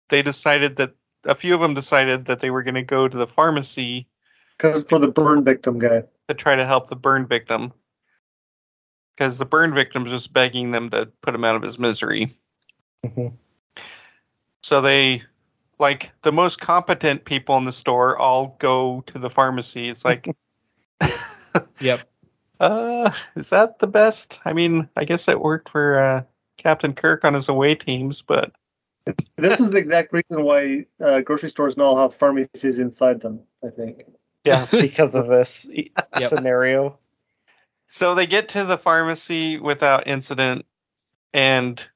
S3: they decided that a few of them decided that they were going to go to the pharmacy
S5: Because for the burn victim guy.
S3: to try to help the burn victim because the burn victim's just begging them to put him out of his misery.
S4: Mhm.
S3: So they, like the most competent people in the store, all go to the pharmacy. It's like,
S6: Yep.
S3: uh, is that the best? I mean, I guess it worked for uh, Captain Kirk on his away teams, but
S5: This is the exact reason why uh, grocery stores now have pharmacies inside them. I think.
S3: yeah.
S4: because of this e-
S6: Yep.
S4: scenario.
S3: So they get to the pharmacy without incident, and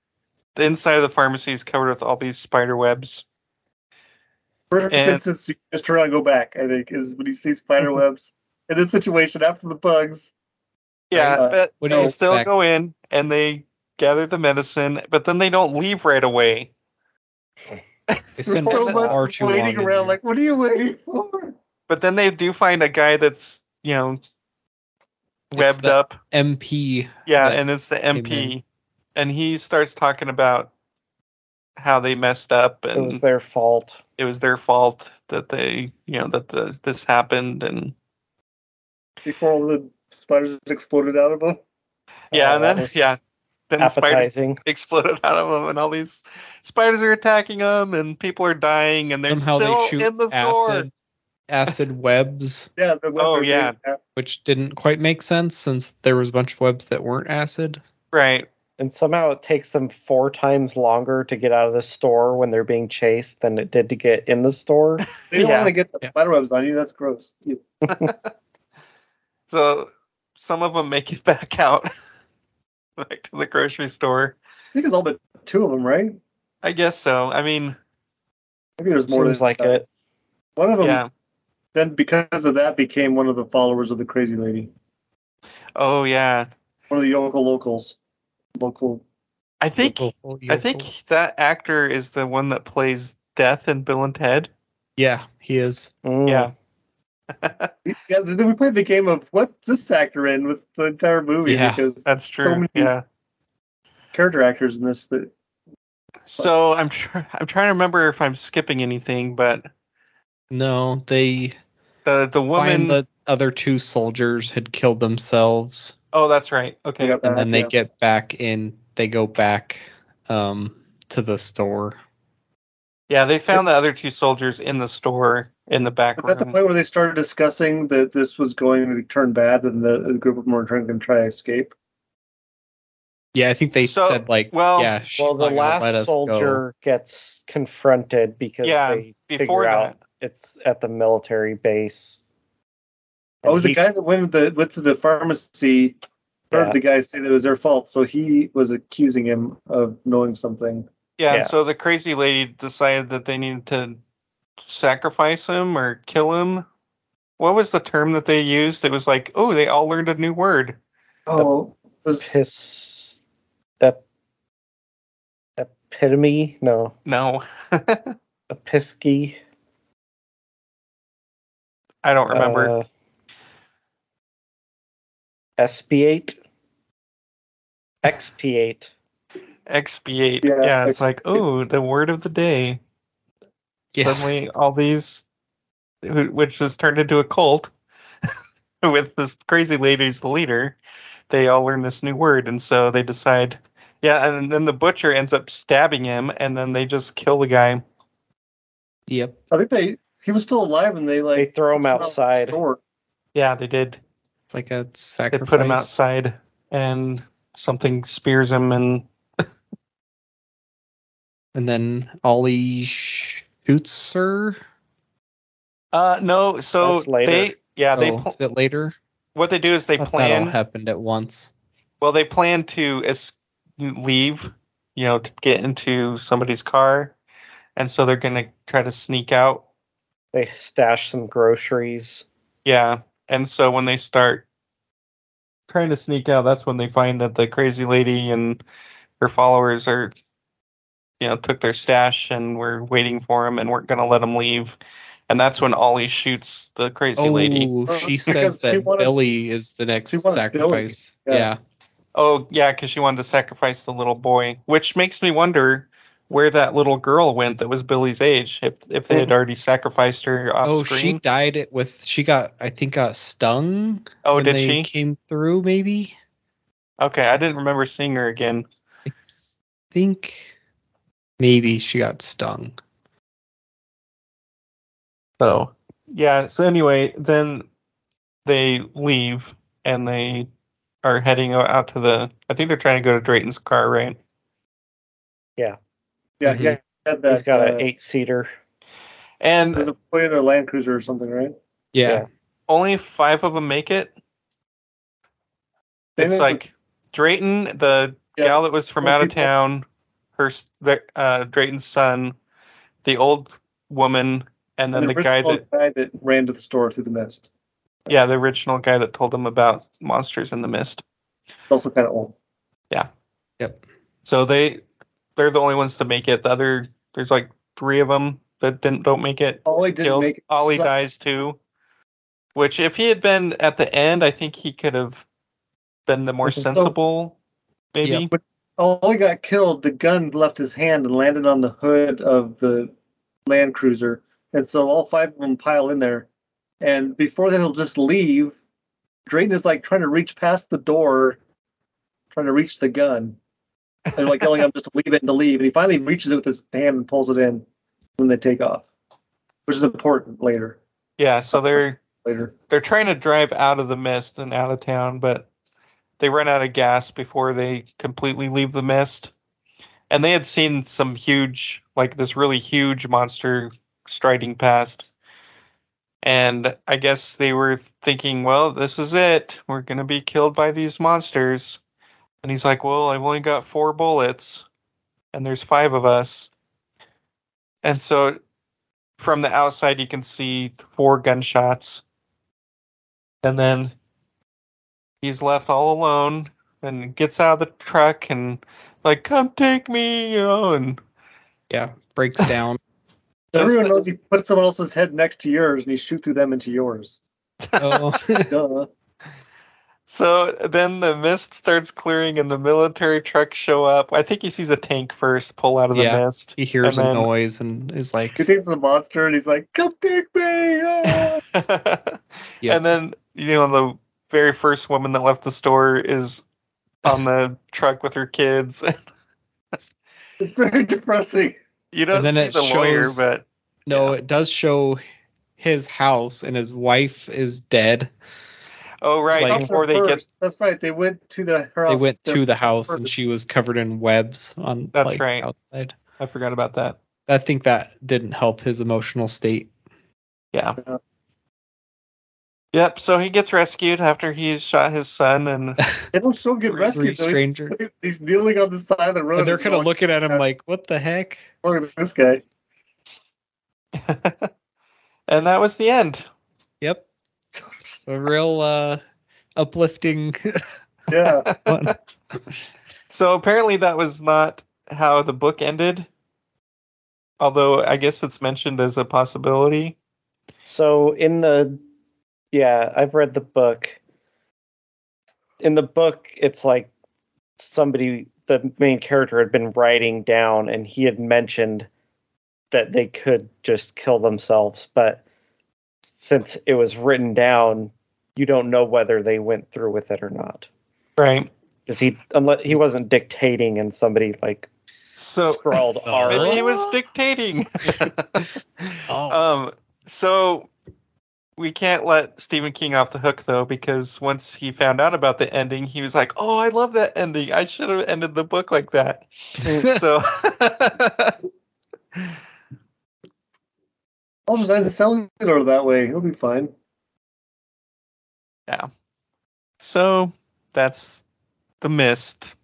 S3: the inside of the pharmacy is covered with all these spider webs.
S5: First
S3: And-
S5: instance, you just turn around and go back. I think is when you see spider webs. In this situation, after the bugs,
S3: Yeah,
S5: Uh,
S3: but
S6: what do you
S3: they still
S6: expect?
S3: go in and they gather the medicine, but then they don't leave right away.
S6: They
S5: there's
S6: spend far too long.
S5: waiting
S6: in
S5: around.
S6: there.
S5: Like, what are you waiting for?
S3: But then they do find a guy that's you know
S6: It's
S3: webbed
S6: the
S3: up.
S6: MP
S3: Yeah,
S6: that
S3: and it's the
S6: came
S3: MP, and he starts talking about how they messed up
S4: It
S3: and
S4: was their fault.
S3: their fault that they you know that the, this happened and
S5: Before all the spiders exploded out of them.
S3: yeah
S4: Uh,
S3: and
S4: that
S3: then
S4: was
S3: yeah then the spiders
S4: appetizing.
S3: exploded out of them and all these spiders are attacking them and people are dying and they're
S6: Somehow
S3: still
S6: they shoot
S3: in the store.
S6: acid, acid webs,
S5: Yeah. The
S3: Oh, yeah.
S6: which didn't quite make sense since there was a bunch of webs that weren't acid.
S3: Right.
S4: And somehow it takes them four times longer to get out of the store when they're being chased than it did to get in the store.
S5: They don't
S3: Yeah.
S5: want to get the
S6: Yeah.
S5: spider webs on you. That's gross. You-
S3: So some of them make it back out, back to the grocery store.
S5: I think it's all but two of them, right?
S3: I guess so. I mean,
S5: Maybe there's more.
S4: Seems
S5: than
S4: like
S5: that.
S4: it.
S5: One
S6: Oh.
S5: of them
S3: yeah.
S5: then, because of that, became one of the followers of the crazy lady,
S3: Oh yeah.
S5: one of the local locals, local.
S3: I think I think that actor is the one that plays Death in Bill and Ted.
S6: Yeah, he is.
S4: Mm.
S3: Yeah.
S5: Yeah, then we played the game of what's this actor in with the entire movie
S6: Yeah.
S5: because
S3: That's true.
S5: many-
S3: yeah.
S5: character actors in this that
S3: So I'm tr- I'm trying to remember if I'm skipping anything, but
S6: No, they
S3: the the woman.
S6: find the other two soldiers had killed themselves,
S3: oh, that's right. Okay.
S5: Yep.
S4: Uh,
S6: and then they
S5: Yeah.
S6: get back in. They go back um, to the store.
S3: Yeah, they found the other two soldiers in the store in the back
S5: was that the
S3: room.
S5: point where they started discussing that this was going to turn bad and the, the group of them were trying to try to escape.
S6: Yeah, I think they
S3: So,
S6: said like,
S3: well-
S6: yeah, she's
S4: Well, the
S6: not gonna let
S4: last
S6: us go.
S4: soldier gets confronted because
S3: Yeah,
S4: they
S3: Before
S4: figure
S3: that,
S4: out it's at the military base.
S5: Oh, it was
S4: And
S5: the guy that went to the went to the pharmacy heard
S4: Yeah.
S5: the guy say that it was their fault, so he was accusing him of knowing something.
S3: yeah,
S4: Yeah.
S3: So the crazy lady decided that they needed to sacrifice him or kill him. What was the term that they used? It was like, oh, they all learned a new word.
S5: Oh, it was
S4: His ep- epitome? No,
S3: No,
S4: episky.
S3: I don't remember.
S4: Uh, SB8? XP8.
S3: Expiate.
S5: yeah,
S3: Yeah, it's like, oh, the word of the day.
S6: Yeah.
S3: suddenly all these who- which was turned into a cult with this crazy lady as the leader they all learn this new word and so they decide yeah and then the butcher ends up stabbing him and then they just kill the guy
S6: Yep.
S5: I think they he was still alive and they like
S4: They throw him
S5: took out of the
S4: outside.
S5: store.
S3: yeah they did
S6: It's like a
S3: they
S6: sacrifice.
S3: put him outside and something spears him and
S6: And then Ollie shoots her.
S3: uh no so
S4: That's later.
S3: they yeah they
S6: oh,
S3: pl-
S6: is it later?
S3: what they do is they
S6: I thought that all
S3: plan
S6: happened at once.
S3: Well, they plan to es- leave, you know, to get into somebody's car, and so they're gonna try to sneak out.
S4: They stash some groceries.
S3: Yeah, and so when they start trying to sneak out, that's when they find that the crazy lady and her followers are, you know, took their stash and were waiting for them and weren't gonna let them leave. And that's when Ollie shoots the crazy lady.
S6: Oh,
S5: Uh,
S6: she says
S5: because she
S6: that
S5: wanted-
S6: Billy is the next
S5: she wanted
S6: sacrifice.
S5: Billy,
S6: Yeah.
S5: yeah.
S3: Oh yeah, because she wanted to sacrifice the little boy, which makes me wonder where that little girl went that was Billy's age. If if they had already sacrificed her off
S6: Mm-hmm. Oh, she
S3: screen.
S6: died it with. She got, I think, got stung.
S3: oh,
S6: when
S3: did
S6: they
S3: she?
S6: Came through, maybe.
S3: Okay, I didn't remember seeing her again.
S6: think maybe she got stung.
S3: So yeah. So anyway, then they leave and they are heading o- out to the. I think they're trying to go to Drayton's car, right?
S5: Yeah,
S6: Mhm.
S5: yeah. he had that,
S4: Mm-hmm. He's got an
S5: uh,
S4: eight seater.
S3: And
S5: there's a plane or Land Cruiser or something, right?
S6: Yeah.
S4: Yeah.
S3: only five of them make it.
S5: They
S3: it's
S5: made
S3: like Drayton, the
S5: Yeah,
S3: gal that was from
S5: four
S3: out of
S5: people.
S3: town, her s- the, uh, Drayton's son, the old woman, and then the, guy
S5: original
S3: that
S5: guy that ran to the store through the mist.
S3: yeah, the original guy that told them about monsters in the mist.
S5: It's also kind of old.
S3: So they they're the only ones to make it. The other there's like three of them that didn't don't make it.
S5: Ollie didn't
S3: Killed.
S5: make it.
S3: Ollie
S5: So-
S3: dies too. Which if he had been at the end, I think he could have been the more
S5: Which is so-
S3: sensible, maybe.
S6: Yeah.
S5: Ollie got killed. The gun left his hand and landed on the hood of the Land Cruiser, and so all five of them pile in there. And before they'll just leave, Drayton is like trying to reach past the door, trying to reach the gun, and like telling him just to leave it and to leave. And he finally reaches it with his hand and pulls it in when they take off, which is important later.
S3: Yeah, so they're
S5: Later,
S3: they're trying to drive out of the mist and out of town, but they run out of gas before they completely leave the mist. And they had seen some huge, like this really huge monster striding past. And I guess they were thinking, well, this is it. We're going to be killed by these monsters. And he's like, well, I've only got four bullets, and there's five of us. And so from the outside, you can see four gunshots. And then he's left all alone and gets out of the truck and like, come take me, you know, and
S6: Yeah. Breaks down.
S5: Everyone
S3: the-
S5: knows you put someone else's head next to yours and you shoot through them into yours.
S6: Oh,
S5: Duh.
S3: So then the mist starts clearing and the military trucks show up. I think he sees a tank first pull out of the
S6: Yeah.
S3: mist.
S6: he
S3: And
S6: hears a
S3: then-
S6: noise and is like,
S5: He thinks it's a monster and he's like, "Come take me!" ah."
S6: Yeah.
S3: And then, you know, the very first woman that left the store is on the truck with her kids.
S5: it's very depressing.
S3: You don't
S6: And then
S3: see
S6: it
S3: the lawyer,
S6: shows-
S3: but
S6: no, it does show his house and his wife is dead.
S3: oh right,
S6: Like-
S3: before they get
S5: First, that's right. They went to the her
S6: They
S5: house
S6: went to
S5: first.
S6: the house
S5: first.
S6: and she was covered in webs on
S3: That's
S6: like,
S3: right.
S6: outside.
S3: I forgot about that.
S6: I think that didn't help his emotional state.
S3: Yeah.
S5: Yeah.
S3: Yep, so he gets rescued after he's shot his son and
S5: They don't show good
S6: Three- three
S5: rescue. though. He's-
S6: strangers.
S5: He's kneeling on the side of the road.
S6: And they're
S5: He's
S6: kind of
S5: going,
S6: looking at him
S5: "Yeah."
S6: like, what the heck?
S5: Look at this guy.
S3: and that was the end.
S6: Yep. It's A real uh, uplifting
S5: Yeah.
S6: one.
S3: So apparently that was not how the book ended. Although I guess it's mentioned as a possibility.
S4: So in the yeah, I've read the book. In the book, it's like somebody the main character had been writing down and he had mentioned that they could just kill themselves, but since it was written down, you don't know whether they went through with it or not.
S3: Right.
S4: Because he unless he wasn't dictating and somebody like
S3: So
S4: scrawled R.
S3: maybe he was dictating. Um so we can't let Stephen King off the hook though, because once he found out about the ending, he was like, Oh, I love that ending. I should have ended the book like that. so
S5: I'll just add the cellular that way. It'll be fine.
S3: So that's the mist.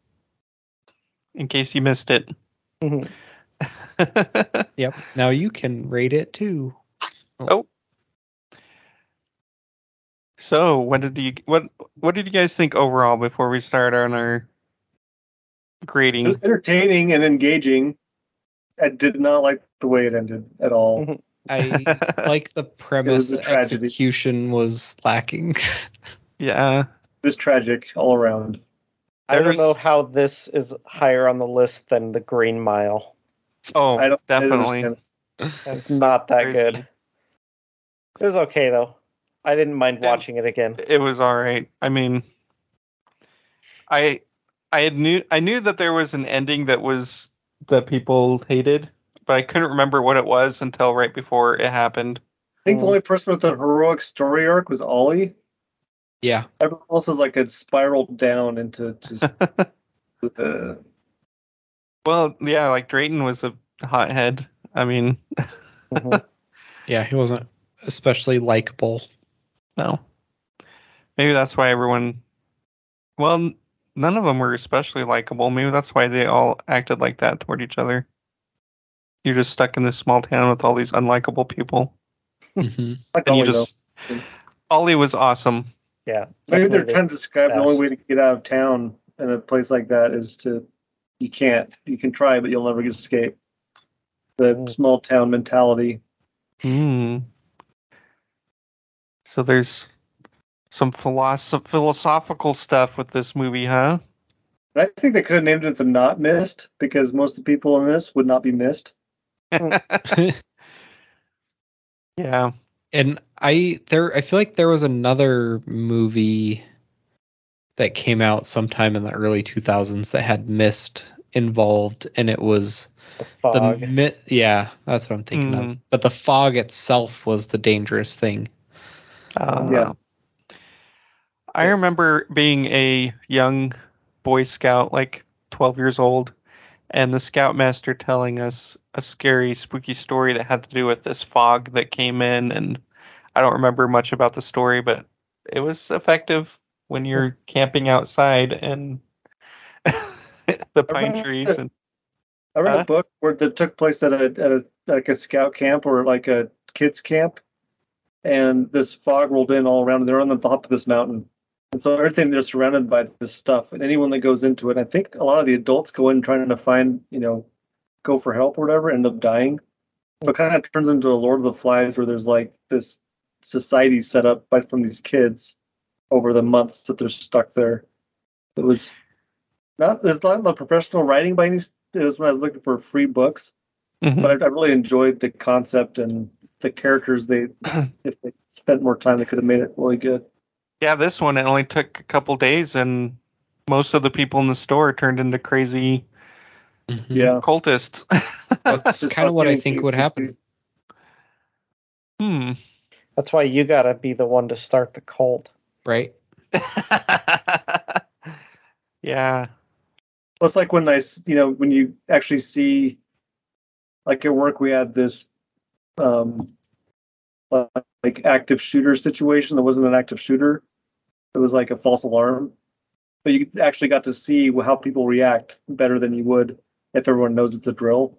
S3: In case you missed it.
S4: Mhm.
S6: Yep. Now you can rate it too.
S3: so what did you what what did you guys think overall before we start on our
S5: It
S3: grading?
S5: was entertaining and engaging. I did not like the way it ended at all.
S6: Mm-hmm.
S4: Mhm.
S6: I like the premise.
S5: a
S6: the
S5: tragedy.
S6: execution was lacking.
S3: yeah.
S5: It was tragic all around.
S4: I don't
S3: There's-
S4: know how this is higher on the list than the Green Mile.
S3: Oh,
S5: I don't I didn't
S3: definitely.
S5: understand.
S4: It's not that
S3: crazy.
S4: good. It was okay though. I didn't mind
S3: Yeah.
S4: watching it again.
S3: It was all right. I mean, I I had knew I knew that there was an ending that was that people hated, but I couldn't remember what it was until right before it happened.
S5: I
S6: Mm.
S5: think the
S4: Mhm.
S5: only person with a heroic story arc was Ollie.
S6: Yeah.
S5: Everyone else is like a spiral down into just. uh,
S3: Well, yeah, like Drayton was a hothead. I mean,
S4: Mhm.
S6: Yeah. He wasn't especially likable.
S3: no. Maybe that's why everyone. Well, n- none of them were especially likable. Maybe that's why they all acted like that toward each other. You're just stuck in this small town with all these unlikable people,
S6: Mhm.
S5: like
S3: and
S5: Ollie,
S3: you just.
S5: though.
S3: Ollie was awesome.
S4: yeah.
S5: Maybe they're
S4: definitely.
S5: trying to describe the only
S4: best.
S5: way to get out of town in a place like that is to you can't. You can try, but you'll never get escape. The
S4: Mm.
S5: small town mentality.
S3: Hmm. So there's some philosoph- philosophical stuff with this movie, huh?
S5: And I think they could have named it the not missed because most of the people in this would not be missed.
S3: Yeah.
S6: and I there I feel like there was another movie that came out sometime in the early 2000s that had mist involved and it was
S4: The fog.
S6: The mi- yeah, that's what I'm thinking
S3: Mm.
S6: of. But the fog itself was the dangerous thing.
S3: Uh,
S5: Yeah.
S3: I remember being a young Boy Scout, like 12 years old, and the Scoutmaster telling us a scary, spooky story that had to do with this fog that came in. And I don't remember much about the story, but it was effective when you're camping outside and the pine
S5: Remember-
S3: trees. And
S5: I read
S3: Huh?
S5: a book where that took place at a at a like a scout camp or like a kids camp, and this fog rolled in all around. And they're on the top of this mountain, and so everything they're surrounded by this stuff. And anyone that goes into it, I think a lot of the adults go in trying to find you know, go for help or whatever, end up dying. So it kind of turns into a Lord of the Flies where there's like this society set up by from these kids over the months that they're stuck there. It was not it's not the professional writing by any. s- It was when I was looking for free books,
S3: Mhm.
S5: but I, I really enjoyed the concept and the characters. They if they spent more time, they could have made it really good.
S3: Yeah, this one it only took a couple days, and most of the people in the store turned into crazy
S6: Mm-hmm.
S5: Yeah,
S3: cultists.
S6: That's
S5: Just
S6: kind of what I
S5: fucking
S6: think would happen.
S3: hmm.
S4: That's why you gotta be the one to start the cult.
S6: Right?
S3: yeah.
S5: Well, it's like when I, s- you know, when you actually see, like at work, we had this, um, li- like active shooter situation that wasn't an active shooter. It was like a false alarm, but you actually got to see wh- how people react better than you would if everyone knows it's a drill.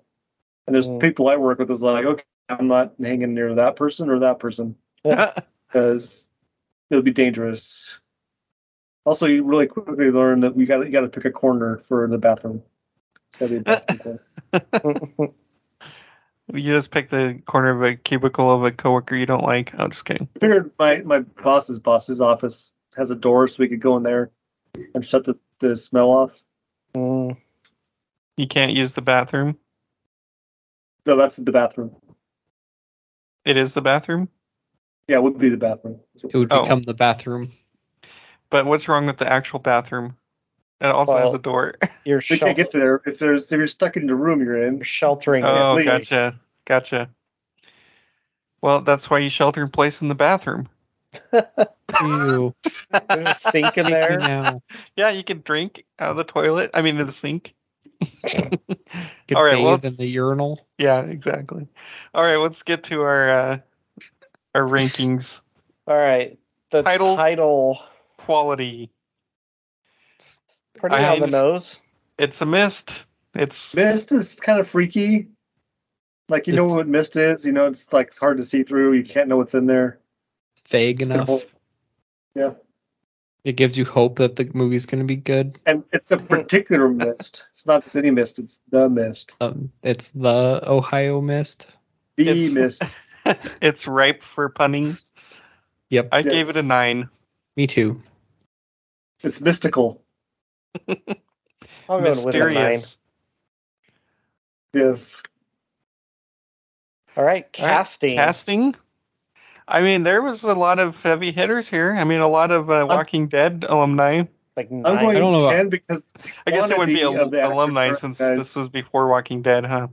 S5: And there's
S4: Mm.
S5: people I work with is like, okay, I'm not hanging near that person or that person because it'll be dangerous. Also, you really quickly learn that we got you got to pick a corner for the bathroom. It's gotta be a bathroom corner.
S3: You just pick the corner of a cubicle of a coworker you don't like. Oh, just kidding.
S5: I figured my my boss's boss's office has a door, so we could go in there and shut the, the smell off.
S4: Mm.
S3: You can't use the bathroom.
S5: No, that's the bathroom.
S3: It is the bathroom.
S5: Yeah, it would be the bathroom.
S6: It would
S3: Oh.
S6: become the bathroom.
S3: But what's wrong with the actual bathroom? It also has
S4: Well,
S3: a door.
S4: You're
S5: We
S4: shel-
S5: can't get to there if there's if you're stuck in the room you're in.
S4: you're sheltering.
S3: Oh,
S4: it.
S5: please.
S3: gotcha. Gotcha. Well, that's why you shelter in place in the bathroom.
S6: Ew.
S4: There's a sink in
S6: take me
S4: there.
S6: now.
S3: Yeah, you can drink out of the toilet. I mean, in the sink.
S6: Get
S3: All right, well,
S6: bathed in
S3: let's-
S6: the urinal.
S3: Yeah, exactly. All right, let's get to our uh, our rankings.
S4: All right. The
S3: Title.
S4: title,
S3: Quality.
S4: pretty
S3: I
S4: on the
S3: am-
S4: nose.
S3: It's a mist. It's
S5: Mist is kind of freaky. Like you know
S6: It's-
S5: what mist is. You know it's like hard to see through. You can't know what's in there.
S6: Vague
S5: gonna
S6: enough.
S5: hold- Yeah.
S6: It gives you hope that the movie's going to be good.
S5: And it's a particular mist. It's not just any mist. It's the mist.
S6: Um, it's the Ohio mist.
S5: The
S3: It's-
S5: mist.
S3: it's ripe for punning.
S6: Yep,
S3: I gave it a
S5: Yes.
S3: nine.
S6: me too.
S5: It's mystical.
S4: I'll go with a nine.
S3: Mysterious.
S5: Yes.
S4: All
S3: All
S4: right,
S3: right,
S4: casting.
S3: Casting. I mean, there was a lot of heavy hitters here. I mean, a lot of uh, Walking Dead alumni.
S4: Like 9
S5: I'm going
S6: I don't know about-
S5: 10 because
S3: I guess it would be
S5: Quantity
S3: al-
S5: of the actor
S3: alumni
S5: current
S3: since
S5: guys.
S3: this was before Walking Dead, huh?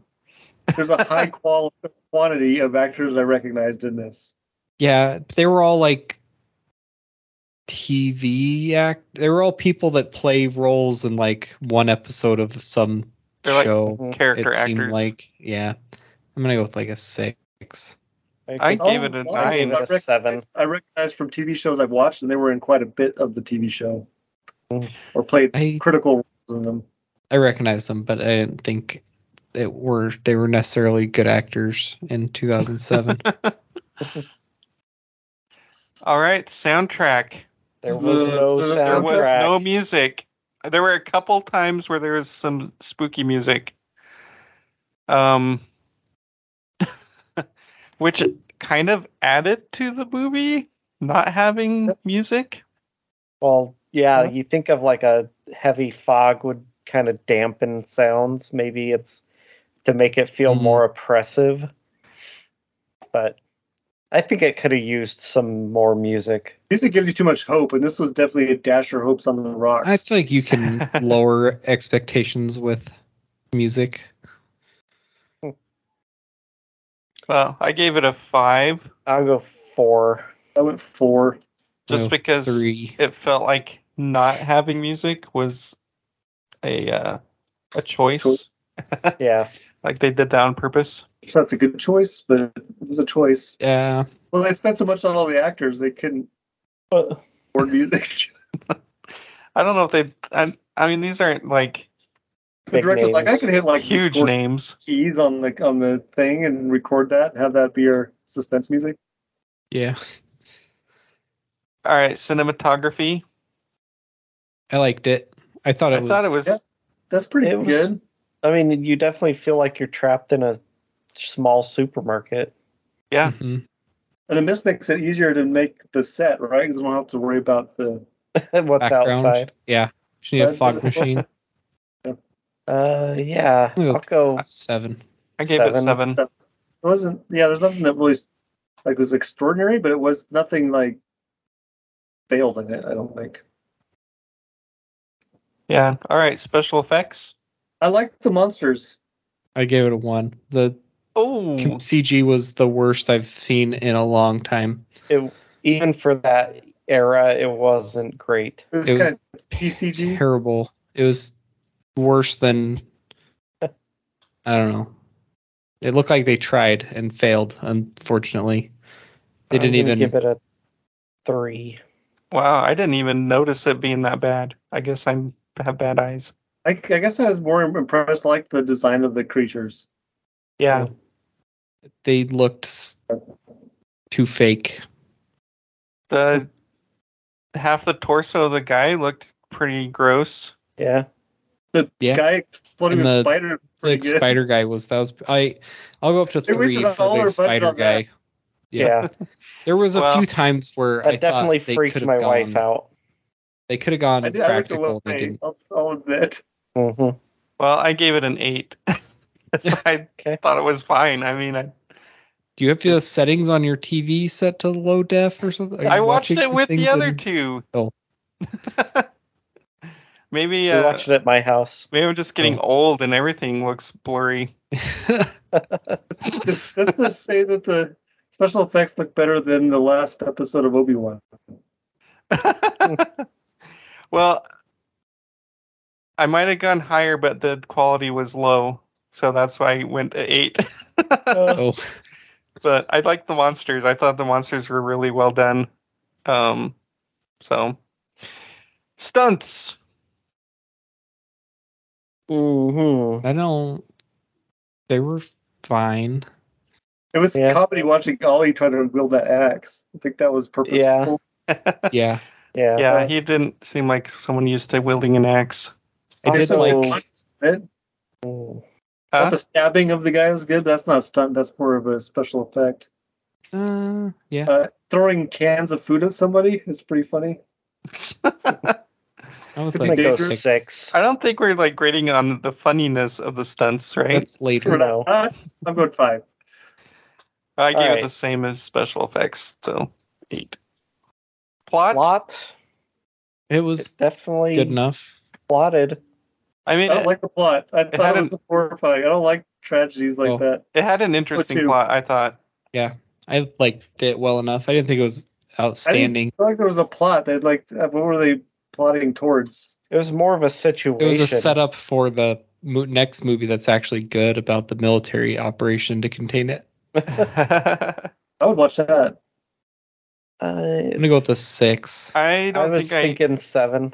S5: there's a high quality quantity of actors I recognized in this.
S6: Yeah, they were all like TV act. They were all people that play roles in like one episode of some
S3: They're like
S6: show.
S4: Mhm.
S3: Character
S6: it seemed
S3: actors.
S6: like yeah. I'm gonna go with like a six.
S3: I
S4: think-
S3: gave it a
S5: Oh,
S4: I gave
S3: nine.
S4: it a seven.
S5: I recognized from TV shows I've watched, and they were in quite a bit of the TV show
S4: Mm.
S5: or played
S6: I
S5: critical roles in them.
S6: I recognized them, but I didn't think it were they were necessarily good actors in 2007.
S3: All right, soundtrack.
S4: There was no soundtrack.
S5: There was
S3: There was no music. There were a couple times where there was some spooky music. Um which kind of added to the movie not having
S5: That's-
S3: music.
S4: Well, yeah,
S3: Huh?
S4: you think of like a heavy fog would kind of dampen sounds. Maybe it's to make it feel
S6: Mhm.
S4: more oppressive. But I think it could have used some more music.
S5: Music gives you too much hope, and this was definitely a dasher hopes on the rocks.
S6: I feel like you can lower expectations with music.
S3: Well, I gave it a 5
S4: I'll go four.
S5: I went four.
S3: just
S6: Oh,
S3: because
S6: Three.
S3: it felt like not having music was a uh, a choice.
S4: Yeah.
S3: Like they did that on purpose.
S5: That's a good choice, but it was a choice.
S6: Yeah.
S5: Well, they spent so much on all the actors, they couldn't
S4: But
S5: afford music.
S3: I don't know if they I, I mean these aren't like
S5: the
S4: Big
S5: director's like, I
S4: names.
S5: could hit like the
S3: huge
S5: score
S3: names.
S5: keys on the on the thing and record that and have that be your suspense music.
S6: Yeah.
S3: All right, cinematography.
S6: I liked it. I thought it
S3: I
S6: was
S3: thought it was
S5: Yeah. That's pretty
S4: It was-
S5: good.
S4: I mean, you definitely feel like you're trapped in a small supermarket.
S3: Yeah.
S6: Mhm.
S5: And then this makes it easier to make the set, right? Because we don't have to worry about the.
S4: What's
S6: Background.
S4: outside?
S6: Yeah. Just need a
S5: Outside.
S6: fog machine.
S4: Uh, yeah,
S6: It
S4: I'll
S6: was
S4: go.
S6: seven.
S3: I gave it
S4: Seven.
S3: seven.
S5: It wasn't. Yeah, there's nothing that really like was extraordinary, but it was nothing like failed in it. I don't think.
S3: Yeah. All right. Special effects.
S5: I like the monsters.
S6: I gave it a one. The
S4: Hmm.
S3: Oh,
S6: com- CG was the worst I've seen in a long time.
S4: It, even for that era, it wasn't great.
S5: It was,
S6: It was
S5: kind of PCG.
S6: Terrible. It was worse than I don't know. It looked like they tried and failed. Unfortunately, they
S4: I'm
S6: didn't
S4: gonna
S6: even.
S4: give it a three.
S3: wow. I didn't even notice it being that bad. I guess I have bad eyes.
S5: I, I guess I was more impressed like the design of the creatures.
S3: Yeah.
S6: they looked s- too fake.
S3: The half the torso of the guy looked pretty gross.
S4: Yeah,
S5: The
S6: Yeah.
S5: guy exploding
S6: And
S5: the,
S6: the-
S5: spider.
S6: Like
S5: Pretty good.
S6: spider guy was that was I. I'll go up to
S5: They
S6: three
S5: wasted all
S6: for
S5: our
S6: the
S5: budget
S6: spider
S5: on that.
S6: guy.
S4: yeah,
S6: There was a
S3: Well,
S6: few times where
S4: that
S6: I thought
S4: definitely
S6: they
S4: freaked
S6: could've
S4: my wife
S6: gone-
S4: out.
S6: They could have gone
S5: I did. I looked
S6: practical.
S5: away.
S6: They didn't.
S5: I'll, I'll admit.
S4: hmm
S3: Well, I gave it an eight. So I
S4: Okay.
S3: thought it was fine. I mean, I,
S6: Do you have the settings on your TV set to low def or something? Are you
S3: I watched
S6: watching
S3: it with the
S6: things
S3: other
S6: in-
S3: two.
S6: Oh.
S3: maybe
S4: We
S3: uh,
S4: watched it at my house.
S3: maybe I'm just
S6: Oh.
S3: getting old and everything looks blurry.
S5: Does does this say that the special effects look better than the last episode of Obi Wan?
S3: well, I might have gone higher, but the quality was low, so that's why I went to eight.
S6: Oh,
S3: but I liked the monsters. I thought the monsters were really well done. Um, so stunts.
S4: hmm
S6: I don't. They were fine.
S5: It was
S4: Yeah.
S5: comedy watching Ollie try to wield that axe. I think that was purposeful.
S4: Yeah.
S6: Yeah,
S4: Yeah,
S3: Yeah, he didn't seem like someone used to wielding an axe.
S6: I did
S4: Also-
S6: like.
S5: Right?
S4: Mm.
S3: Huh?
S5: Not the stabbing of the guy was good. That's not a stunt. That's more of a special effect.
S6: Uh, yeah,
S5: Uh, throwing cans of food at somebody is pretty funny.
S6: I was
S5: could
S6: like
S4: make those
S5: dangerous.
S4: six.
S3: I don't think we're like grading on the funniness of the stunts, right?
S6: That's later.
S4: No.
S5: Uh, I'm going five.
S3: I gave
S4: Alright.
S3: it the same as special effects, so eight. Plot.
S4: Plot.
S6: It
S4: It's
S6: was
S4: definitely
S6: good enough.
S4: plotted.
S3: I
S5: I
S3: mean,
S4: Oh,
S5: don't
S3: it,
S5: like the plot. I thought
S3: had
S5: it was
S3: an-
S5: horrifying. I don't like tragedies like
S6: Oh.
S5: that.
S3: it had an interesting
S5: two.
S3: plot. I thought.
S6: I liked it well enough. I didn't think it was outstanding.
S5: I feel like there was a plot. That like, uh, what were they plotting towards?
S4: It was more of a situation.
S6: It was a setup for the mo- next movie that's actually good about the military operation to contain it.
S5: I would watch that.
S6: I'm
S4: Uh,
S6: gonna go with the six.
S3: I
S4: I
S3: don't
S4: was
S3: think I.
S4: thinking seven.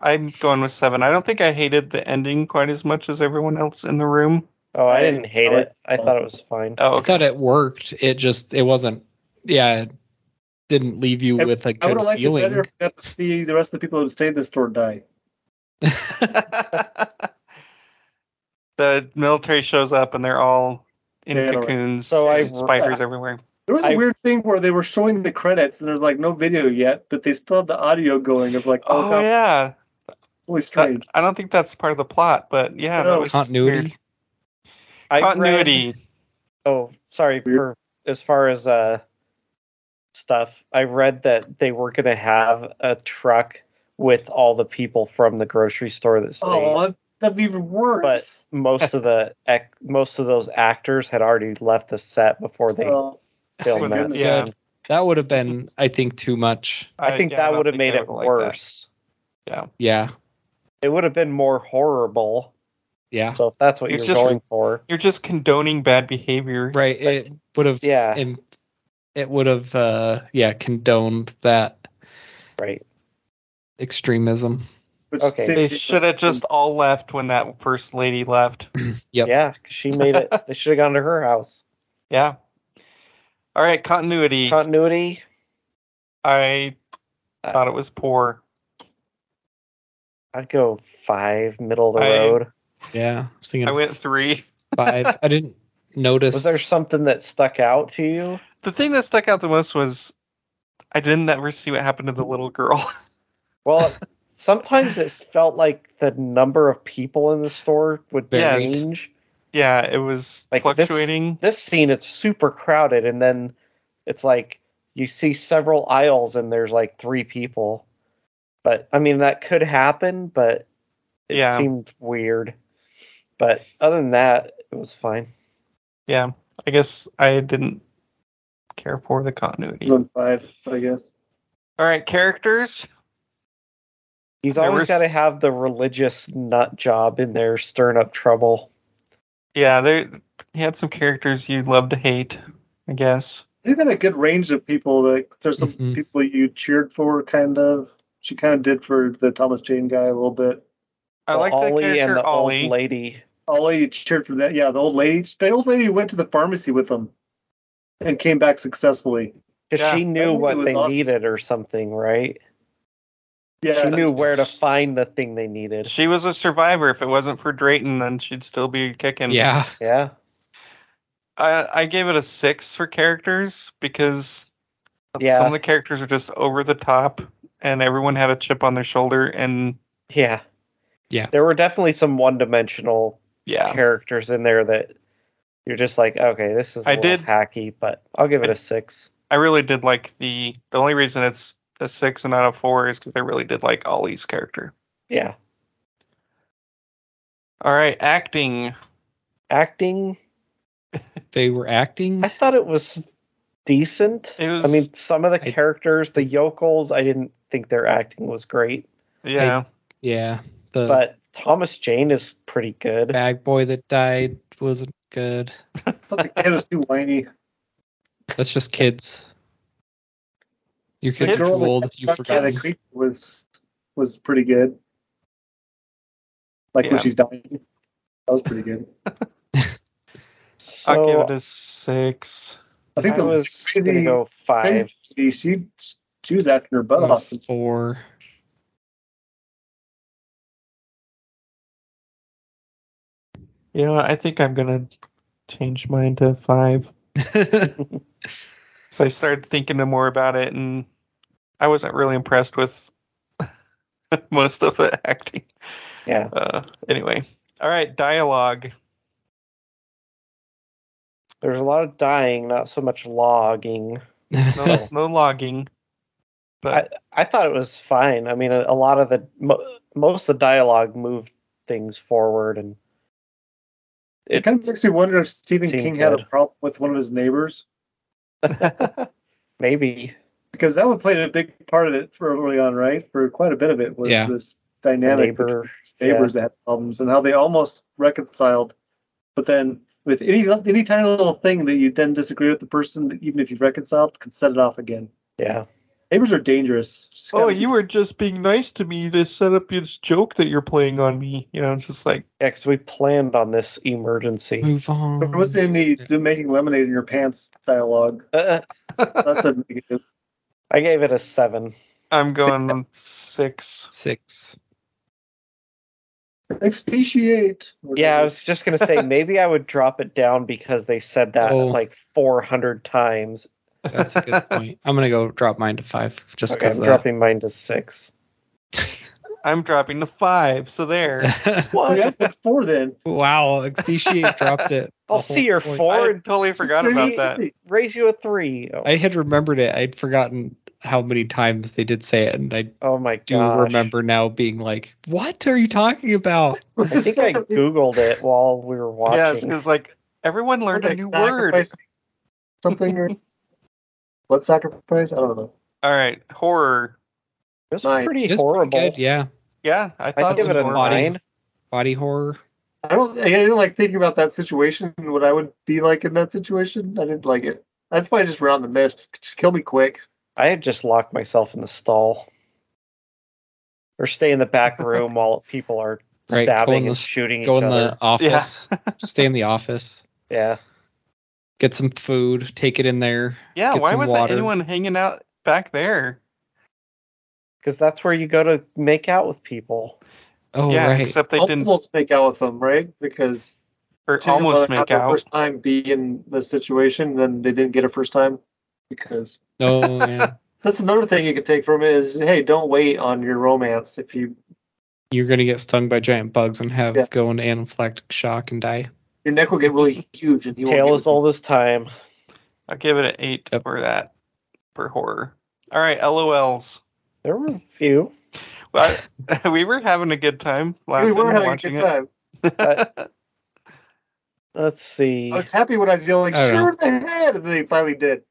S3: I'm going with seven. I don't think I hated the ending quite as much as everyone else in the room.
S4: Oh, I
S5: I-
S4: didn't hate
S5: I
S4: it. I thought it was fine.
S3: Oh,
S6: I
S3: okay.
S6: thought it worked. It just it wasn't. Yeah, it didn't leave you
S5: I-
S6: with a
S5: I would
S6: good
S5: have liked it better
S6: feeling.
S5: if I got to see the rest of the people who stayed in the store die.
S3: the military shows up and they're all in
S5: Yeah, right.
S3: cocoons.
S4: So uh, I-
S3: and spiders everywhere.
S5: There was a
S4: I-
S5: weird thing where they were showing the credits and there's like no video yet, but they still had the audio going of like, oh,
S3: Oh yeah,
S5: really
S3: That-
S5: strange.
S3: I don't think that's part of the plot, but yeah, that
S5: No.
S3: was weird.
S6: Continuity.
S4: I read-
S3: Continuity.
S4: oh, sorry. For as far as uh stuff, I read that they were going to have a truck with all the people from the grocery store that stayed.
S5: Oh, that'd be even worse.
S4: most of the ac- most of those actors had already left the set before they
S5: Oh,
S4: filmed
S3: my
S4: that.
S3: goodness.
S4: scene.
S6: That would have been, I think, too much.
S4: I think
S3: yeah,
S4: that
S3: don't
S4: would have
S3: think
S4: made
S3: I
S4: it
S3: would've liked that.
S4: worse.
S6: Yeah,
S4: It would have been more horrible.
S6: yeah,
S4: So if that's what
S3: It's
S4: you're
S3: just-
S4: going for,
S3: You're just condoning bad behavior.
S6: right. It would have.
S4: yeah,
S6: im- It would have. Uh, yeah, condoned that
S4: right.
S6: extremism.
S5: which
S4: Okay.
S5: seems-
S3: They should have just all left when that first lady left.
S6: Yep.
S4: Yeah, 'cause she made it. they should have gone to her house.
S3: Yeah. All right, continuity.
S4: Continuity.
S3: I thought it was poor.
S4: I'd go five, middle of the
S3: I-
S4: road.
S6: Yeah, I was thinking
S3: I went three.
S6: five. I didn't. noticed.
S4: Was there something that stuck out to you?
S3: The thing that stuck out the most was I didn't ever see what happened to the little girl.
S4: Well, sometimes it felt like the number of people in the store would
S3: Yes.
S4: change.
S3: yeah, it was
S4: Like this-
S3: fluctuating.
S4: This scene, it's super crowded, and then it's like you see several aisles and there's like three people. But I mean, that could happen, but it
S3: Yeah.
S4: seemed weird. But other than that, it was fine.
S3: Yeah, I guess I didn't care for the continuity.
S5: Doing fine, I guess.
S3: All right, characters.
S4: He's
S3: There
S4: always
S3: was-
S4: got to have the religious nut job in there, stirring up trouble.
S3: Yeah, there he had some characters you love to hate, I guess.
S5: They've got a good range of people. Like there's some
S6: Mhm.
S5: people you cheered for, kind of. She kind of did for the Thomas Jane guy a little bit.
S3: I
S4: The
S3: like the
S4: Ollie and
S3: character
S4: the
S3: Ollie.
S4: old lady.
S5: Ollie you cheered for that. Yeah, the old lady. The old lady went to the pharmacy with them, and came back successfully.
S4: Because
S3: Yeah,
S4: she
S5: I
S4: knew
S5: think it
S4: what
S5: was
S4: they
S5: awesome.
S4: needed or something, right?
S5: Yeah,
S4: she knew
S3: that's-
S4: where to find the thing they needed.
S3: She was a survivor. If it wasn't for Drayton, then she'd still be kicking.
S6: Yeah.
S4: Yeah.
S3: I, I gave it a six for characters because
S4: Yeah.
S3: some of the characters are just over the top and everyone had a chip on their shoulder and
S4: Yeah.
S6: Yeah.
S4: There were definitely some one dimensional
S3: yeah.
S4: characters in there that you're just like, okay, this is I
S3: I did-
S4: did, hacky, but I'll give it a six.
S3: I really did like the the only reason it's a six and not a four is because I really did like Ollie's character.
S4: Yeah.
S3: All right, acting.
S4: Acting,
S6: They were acting.
S4: I thought it was decent.
S3: It was
S4: I mean, some of the
S6: I-
S4: characters, the yokels, I didn't think their acting was great,
S3: yeah.
S6: Yeah. The
S4: but Thomas Jane is pretty good.
S6: bag boy that died wasn't good.
S5: But the kid was too whiny.
S6: That's just kids. Your kids
S3: Kids
S6: are
S3: are
S6: too old. You
S5: That
S6: forgot.
S3: kids.
S5: creature was was pretty good. Like
S3: Yeah.
S5: when she's dying, that was pretty good.
S4: So
S3: I'll give it a six.
S5: I think
S4: I
S5: the
S4: was gonna go five. Hmm.
S5: She, she she was acting her butt off.
S6: Four.
S3: You know, I think I'm gonna change mine to five. So I started thinking more about it, and I wasn't really impressed with most of the acting.
S4: Yeah.
S3: Uh, anyway, all right, dialogue.
S4: There's a lot of dying, not so much logging.
S3: No, no logging, but
S4: I thought it was fine. I mean, a, a lot of the mo- most of the dialogue moved things forward, and
S5: It kind of makes me wonder if Stephen
S4: Seemed
S5: King had a
S4: good.
S5: problem with one of his neighbors
S4: maybe
S5: because that would play a big part of it for early on, right? For quite a bit of it was
S6: Yeah.
S5: this
S4: the
S5: dynamic between
S4: neighbor.
S5: these neighbors that had problems and how they almost reconciled, but then with any any tiny little thing that you then disagree with the person, even if you've reconciled, can set it off again.
S4: Yeah,
S5: Neighbors are dangerous. Just
S3: oh,
S5: gotta
S3: you were just being nice to me to set up this joke that you're playing on me. You know, it's just like
S4: because we planned on this emergency.
S6: Move on.
S5: There was in the, the making lemonade in your pants dialogue.
S4: Uh,
S5: That's a negative.
S4: I gave it a seven.
S3: I'm going six.
S6: Six.
S5: Expatiate.
S4: Yeah, I was just gonna say maybe I would drop it down because they said that
S6: Oh.
S4: like 400 times.
S6: That's a good point. I'm gonna go drop mine to five just
S4: Okay,
S6: because
S4: I'm dropping mine to six.
S3: I'm dropping to five. So there.
S5: Well, Oh, yeah, that's four then.
S6: wow, expatiate dropped it.
S4: I'll
S6: The
S4: see
S6: whole
S4: your
S6: point.
S3: I
S4: four. and
S3: totally forgot about that.
S4: Raise you a three. Oh,
S6: I had remembered it. I'd forgotten how many times they did say it, and I
S4: oh my
S6: do
S4: god!
S6: remember now being like, "What are you talking about?"
S4: I think I googled it while we were watching.
S3: Yes, because like everyone learned a new word.
S5: Something or blood sacrifice? I don't know.
S3: All right, horror.
S4: It was
S5: Nine.
S4: pretty
S6: It's pretty
S4: horrible.
S6: good, yeah.
S3: Yeah, I
S4: I
S3: thought
S4: give it a
S3: horror.
S6: body.
S4: nine.
S6: Body horror.
S5: I don't. I didn't like thinking about that situation. and What I would be like in that situation. I didn't like it. That's why I just round the mist. Just kill me quick.
S4: I had just locked myself in the stall, or stay in the back room while people are
S6: Right, go in
S4: stabbing
S6: the
S4: and
S6: s-
S4: shooting
S6: Go
S4: each
S6: in
S4: other.
S6: the office. Stay in the office.
S4: Yeah,
S6: Get some food. Take it in there.
S3: Yeah,
S6: Get
S3: why
S6: some
S3: was
S6: water.
S3: anyone hanging out back there?
S4: because that's where you go to make out with people.
S6: Oh
S3: yeah,
S6: right.
S3: except they didn't.
S5: Almost make out with them, right? Because
S3: or
S5: Oh, Two
S3: almost
S5: of them
S3: make
S5: got their
S3: out.
S5: First time be in the situation, then they didn't get it first time because
S6: Oh yeah,
S5: that's another thing you could take from it is hey, don't wait on your romance if you
S6: you're gonna get stung by giant bugs and have
S5: Yeah.
S6: go into anaphylactic shock and die.
S5: your neck will get really huge and you won't
S4: Tale
S5: get
S4: as
S5: it.
S4: old as time.
S3: I'll give it an eight
S6: Yep.
S3: for that for horror. All right, LOLs.
S4: There were a few.
S3: Well, I- we were having a good time laughing
S5: we were
S3: and
S5: having a
S3: watching
S5: good
S3: it.
S5: time.
S4: Let's see.
S5: I was happy when I was yelling,
S6: I don't
S5: "Sure they had," and they finally did.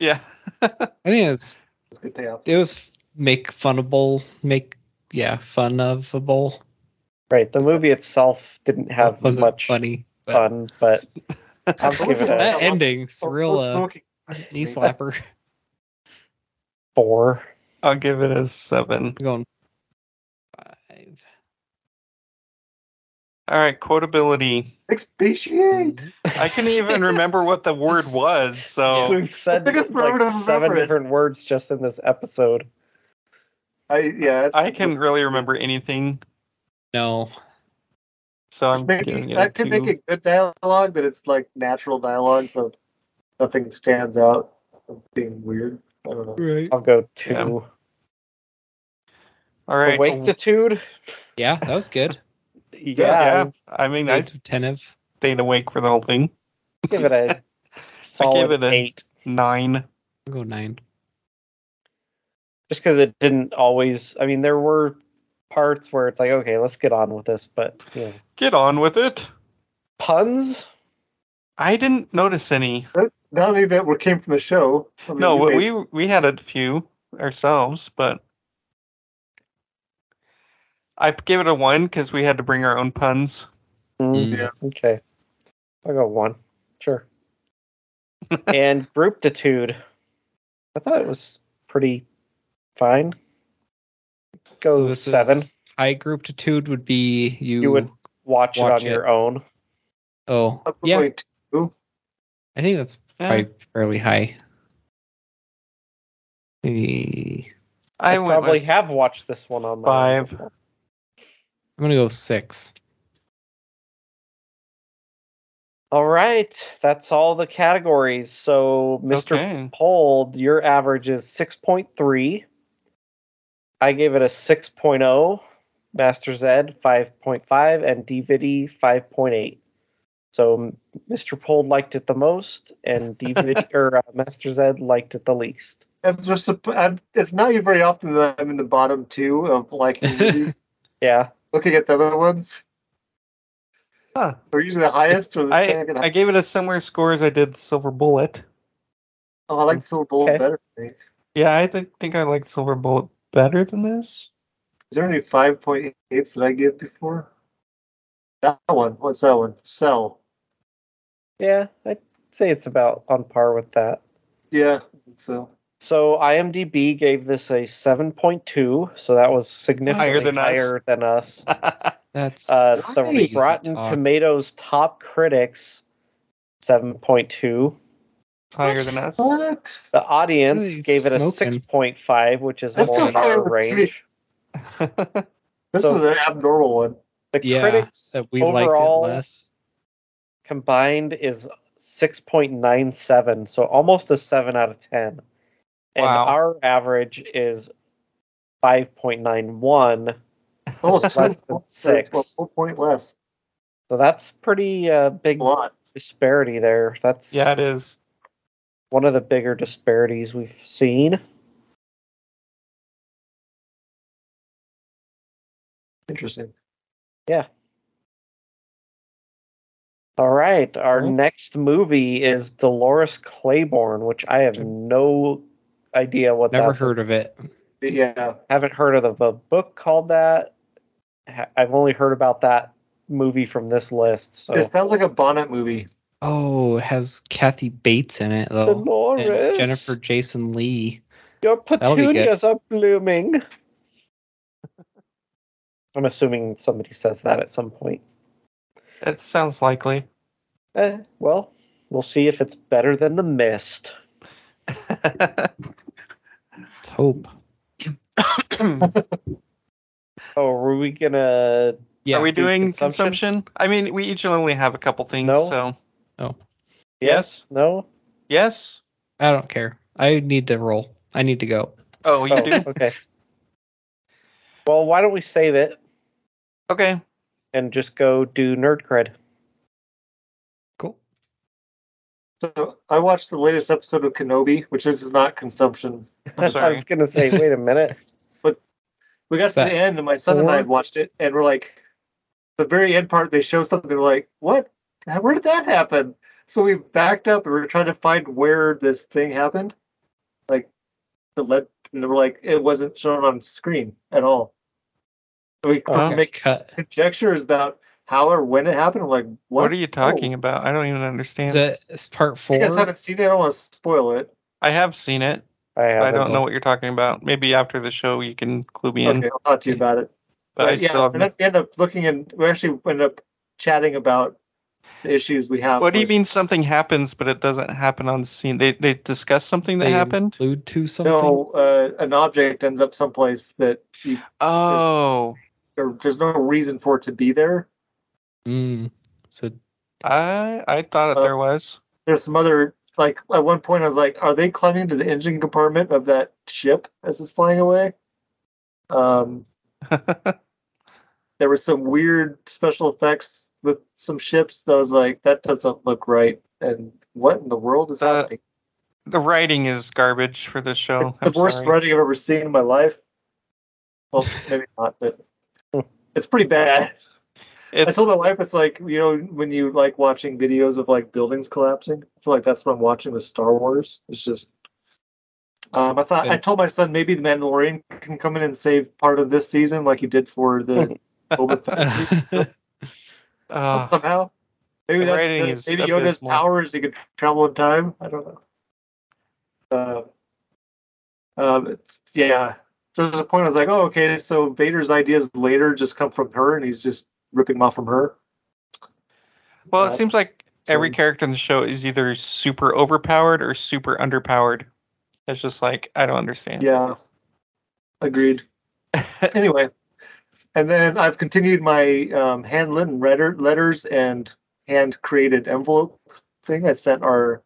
S3: yeah,
S6: I think it's
S5: It's good payoff.
S6: it was make funable, make yeah fun ofable.
S4: right, the movie itself didn't have
S6: wasn't
S4: much
S6: funny. but
S4: fun, but I'll give it a
S6: That ending, it's a
S5: Oh,
S6: real uh,
S5: smoking.
S6: knee slapper.
S4: four.
S3: I'll give it a seven.
S6: I'm going five.
S3: All right, quotability.
S5: Expatiate.
S3: I couldn't even remember what the word was. So
S4: We've said
S5: I think
S4: like
S5: it's forever to
S4: seven
S5: remember it.
S4: different words just in this episode.
S5: I yeah. It's,
S3: I couldn't really remember anything.
S6: No,
S3: So I'm giving
S5: Maybe
S3: it a
S5: that could make
S3: two.
S5: it good dialogue, but it's like natural dialogue, so it's, nothing stands out of being weird. I don't know.
S6: right?
S4: I'll go two.
S3: Yeah. All right.
S4: Awake to Tude?
S6: Yeah, that was good.
S4: Yeah,
S3: yeah, I mean, I
S6: Eight of ten of
S3: stayed awake for the whole thing.
S4: I'll give it a solid
S3: it a-
S4: eight.
S3: Nine.
S6: I'll go nine.
S4: just because it didn't always i mean there were parts where it's like okay let's get on with this but you know,
S3: Get on with it.
S4: puns
S3: I didn't notice any.
S5: Not only that, we came from the show. I mean,
S3: No,
S5: you made-
S3: we we had a few ourselves, but I gave it a one because we had to bring our own puns.
S4: Mm,
S6: Mm.
S4: okay i'll go one sure and grouptitude i thought it was pretty fine
S6: So
S4: go
S6: this
S4: seven
S6: is- High groupitude would be you.
S4: You would- watch, it
S6: watch
S4: on
S6: it.
S4: your own
S6: Oh,
S5: probably
S6: yeah.
S5: two.
S6: I think that's
S3: Eh,
S6: probably fairly high. Maybe
S3: I, went
S4: probably
S3: with-
S4: have watched this one on my own
S3: five.
S4: before.
S6: I'm gonna go six.
S4: all right that's all the categories so mr
S3: Okay.
S4: polled, your average is 6.3. I gave it a 6.0, Master Z 5.5, and DVD 5.8. So m- Mr. Polled liked it the most, and DVD or uh, Master Z liked it the least.
S5: I'm just sup- I'm, it's not very often that I'm in the bottom two of liking movies.
S4: Yeah,
S5: Looking at the other ones,
S3: Huh.
S5: they're usually the highest. Or the
S3: I,
S5: second.
S3: I gave it a similar score as I did Silver Bullet.
S5: oh, I like the Silver Bullet
S4: Okay.
S5: better. I think.
S3: Yeah, I think, think I like Silver Bullet better than this.
S5: Is there any five point eights that I gave before? That one. What's that one? Cell.
S4: yeah, I'd say it's about on par with that.
S5: Yeah. So
S4: So IMDb gave this a 7.2, so that was significantly higher
S3: than
S4: than
S3: us.
S4: us. Than us.
S6: That's
S4: Uh, the
S5: Nice.
S4: Rotten
S6: Talk.
S4: Tomatoes top critics 7.2.
S3: It's higher than us.
S5: what?
S4: The audience
S6: Really
S4: gave it a
S6: smoking.
S4: 6.5, which is
S5: That's
S4: more in
S5: so high
S4: our
S5: with
S4: range.
S5: This
S4: So-
S5: is an abnormal one.
S4: The
S6: yeah,
S4: critics
S6: that we liked it
S4: overall
S6: less.
S4: combined is 6.97, so almost a 7 out of 10. And
S3: Wow.
S4: our average is 5.91,
S5: Almost
S4: Less
S5: two
S4: than
S5: points,
S4: six.
S5: uh, One point less.
S4: so that's pretty uh, big
S5: A lot.
S4: disparity there. That's
S3: yeah, it is.
S4: one of the bigger disparities we've seen.
S5: Interesting.
S4: All right. Our
S3: Alright.
S4: next movie is Dolores Claiborne, which I have no idea what
S6: Never
S4: that's.
S6: heard of it.
S5: But yeah.
S4: Haven't heard of a book called that. Ha- I've only heard about that movie from this list. So
S5: It sounds like a Bonnet movie.
S6: Oh, it has Kathy Bates in it though. and
S4: Dolores,
S6: Jennifer Jason Lee.
S4: your
S6: be good.
S4: petunias are blooming. I'm assuming somebody says that at some point.
S3: It sounds likely.
S4: Eh, well, we'll see if it's better than the mist.
S6: Let's hope.
S4: Oh, are we gonna
S6: Yeah.
S3: Are we
S4: food
S3: doing
S4: consumption?
S3: consumption? I mean, we each only have a couple things,
S4: No.
S3: so
S4: Yes? No?
S3: yes.
S6: I don't care. I need to roll. I need to go.
S3: Oh, you
S4: oh,
S3: do.
S4: okay. Well, why don't we save it
S3: Okay.
S4: and just go do nerd cred?
S6: Cool.
S5: So I watched the latest episode of Kenobi, which this is not consumption.
S4: I
S3: sorry.
S4: was gonna say, wait a minute.
S5: We got to
S6: That-
S5: the end, and my son and I had watched it, and we're like, the very end part, they show something. We're like, what? How- Where did that happen? So we backed up, and we were trying to find where this thing happened, like the lead. And we're like, it wasn't shown on screen at all. We could
S3: Uh-huh.
S6: Okay.
S5: make
S6: Cut.
S5: conjectures about how or when it happened. I'm like, what? Oh.
S3: What, are you talking about? I don't even understand.
S6: Is it is part
S5: You
S6: four?
S5: guys haven't seen it. I don't want to spoil it.
S3: I have seen it.
S4: I,
S3: but I
S4: haven't.
S3: don't know what you're talking about. Maybe after the show you can clue me in.
S5: Okay, I'll talk to you about it.
S3: But I still
S5: and then
S3: have.
S5: we end up looking and we actually end up chatting about the issues we have.
S3: What do you
S5: with-
S3: mean something happens, but it doesn't happen on scene? They they discuss something that
S6: They
S3: happened.
S6: Allude to something.
S5: No, uh, an object ends up someplace that you,
S3: Oh,
S5: there, there's no reason for it to be there.
S6: Mm. So
S3: I I thought that
S5: Uh,
S3: there was.
S5: There's some other like at one point I was like, are they climbing to the engine compartment of that ship as it's flying away? Um, there were some weird special effects with some ships that I was like, that doesn't look right. And what in the world is
S3: Uh,
S5: happening?
S3: the writing is garbage for this show.
S5: It's
S3: oh, I'm
S5: the worst
S3: sorry.
S5: writing I've ever seen in my life. Well, maybe not, but it's pretty bad. I
S3: It's
S5: told my wife it's like you know when you like watching videos of like buildings collapsing. I feel like that's what I'm watching with Star Wars. It's just. Um, I thought I told my son maybe the Mandalorian can come in and save part of this season, like he did for the Boba Fett
S3: uh,
S5: somehow. Maybe
S3: The
S5: that's
S3: writing
S5: the-
S3: is
S5: maybe Yoda's
S3: abysmal.
S5: power is he could travel in time. I don't know. Uh, um, it's, yeah, there was a point I was like, oh, okay, so Vader's ideas later just come from her, and he's just ripping them off from her.
S3: well,
S5: Uh,
S3: it seems like every
S5: so-
S3: character in the show is either super overpowered or super underpowered. It's just like I don't understand.
S5: Yeah, agreed. anyway, and then I've continued my um, hand-written letter, letters and hand-created envelope thing. I sent our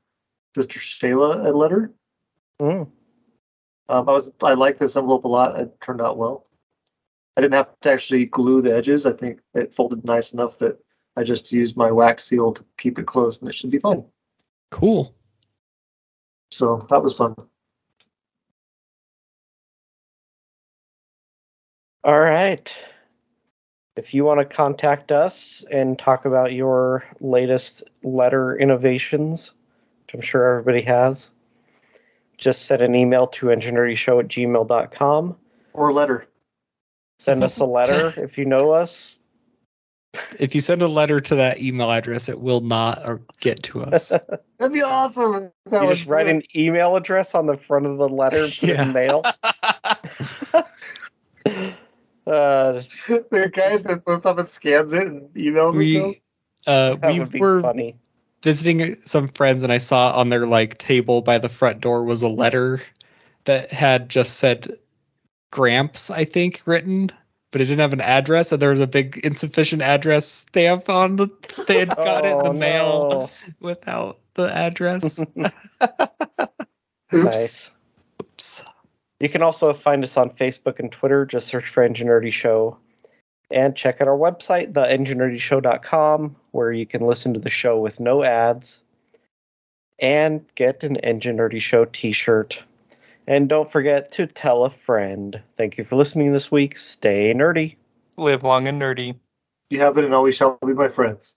S5: sister Shayla a letter.
S4: Mm.
S5: Um, I was I liked this envelope a lot. It turned out well. I didn't have to actually glue the edges. I think it folded nice enough that I just used my wax seal to keep it closed, and it should be fine.
S6: cool.
S5: So that was fun.
S4: All right. If you want to contact us and talk about your latest letter innovations, which I'm sure everybody has, just send an email to engineeryshow at gmail.com.
S5: Or a letter.
S4: Send us a letter if you know us.
S6: If you send a letter to that email address, it will not uh, get to us.
S5: That'd be awesome. if That
S4: You
S5: was
S4: just write
S5: real.
S4: an email address on the front of the letter and put it
S6: Yeah.
S4: in mail. uh,
S5: the guy that flips up and scans it and emails himself.
S6: we uh,
S4: that
S6: we
S4: would be
S6: were
S4: funny.
S6: visiting some friends and I saw on their like table by the front door was a letter that had just said Gramps, I think, written, but it didn't have an address, and there was a big insufficient address stamp on the they had got it in the
S4: Oh,
S6: mail
S4: no.
S6: without the address.
S5: Oops.
S4: Nice.
S6: Oops.
S4: You can also find us on Facebook and Twitter. Just search for Ingenuity Show. And check out our website, theenginnerityshow.com, where you can listen to the show with no ads and get an Ingenuity Show t shirt. And don't forget to tell a friend. Thank you for listening this week. Stay nerdy.
S3: Live long and nerdy.
S5: You have it and always shall be my friends.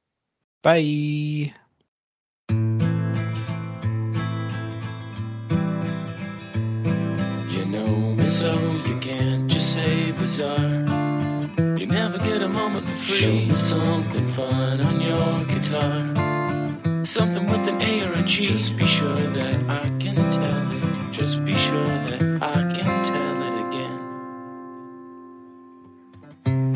S6: Bye.
S2: You know me so you can't just say bizarre. You never get a moment for free. Show me something fun on your guitar. Something with an A or a G. Just be sure that I can tell it. Just be sure that I can tell it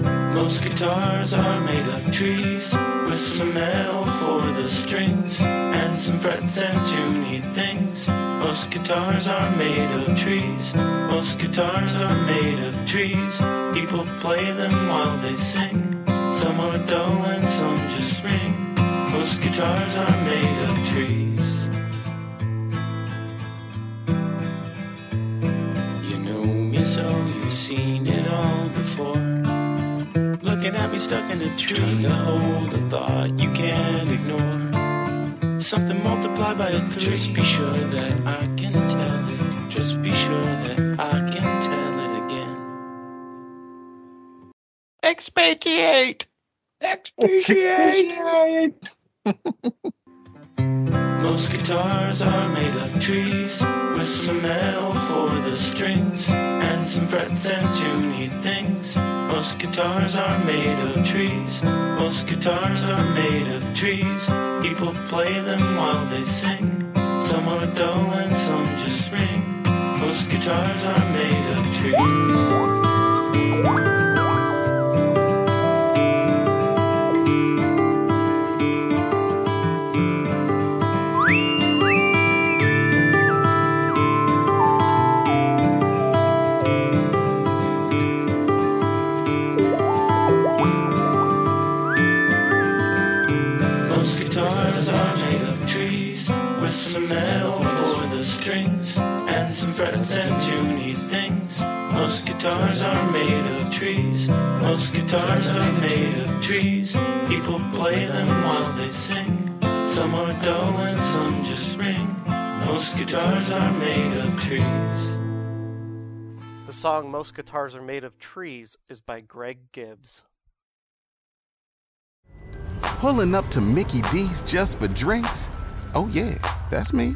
S2: again. Most guitars are made of trees with some L for the strings and some frets and tuney things. Most guitars are made of trees. Most guitars are made of trees. People play them while they sing. Some are dull and some just ring. Most guitars are made of trees. You know me, so you've seen it all before. Looking at me stuck in a tree. Trying to hold a thought you can't ignore. Something multiplied by a three. Just be sure that I can tell it. Just be sure that I can tell it again.
S3: Expatiate. Expatiate.
S2: Most guitars are made of trees with some metal for the strings and some frets and tuney things. Most guitars are made of trees. Most guitars are made of trees. People play them while they sing. Some are dull and some just ring. Most guitars are made of trees. Most guitars are made of trees with some metal for the strings and some frets and tuney things. Most guitars are made of trees. Most guitars are made of trees. People play them while they sing. Some are dull and some just ring. Most guitars are made of trees.
S1: The song Most Guitars Are Made of Trees is by Greg Gibbs.
S7: Pulling up to Mickey D's just for drinks? Oh, yeah, that's me.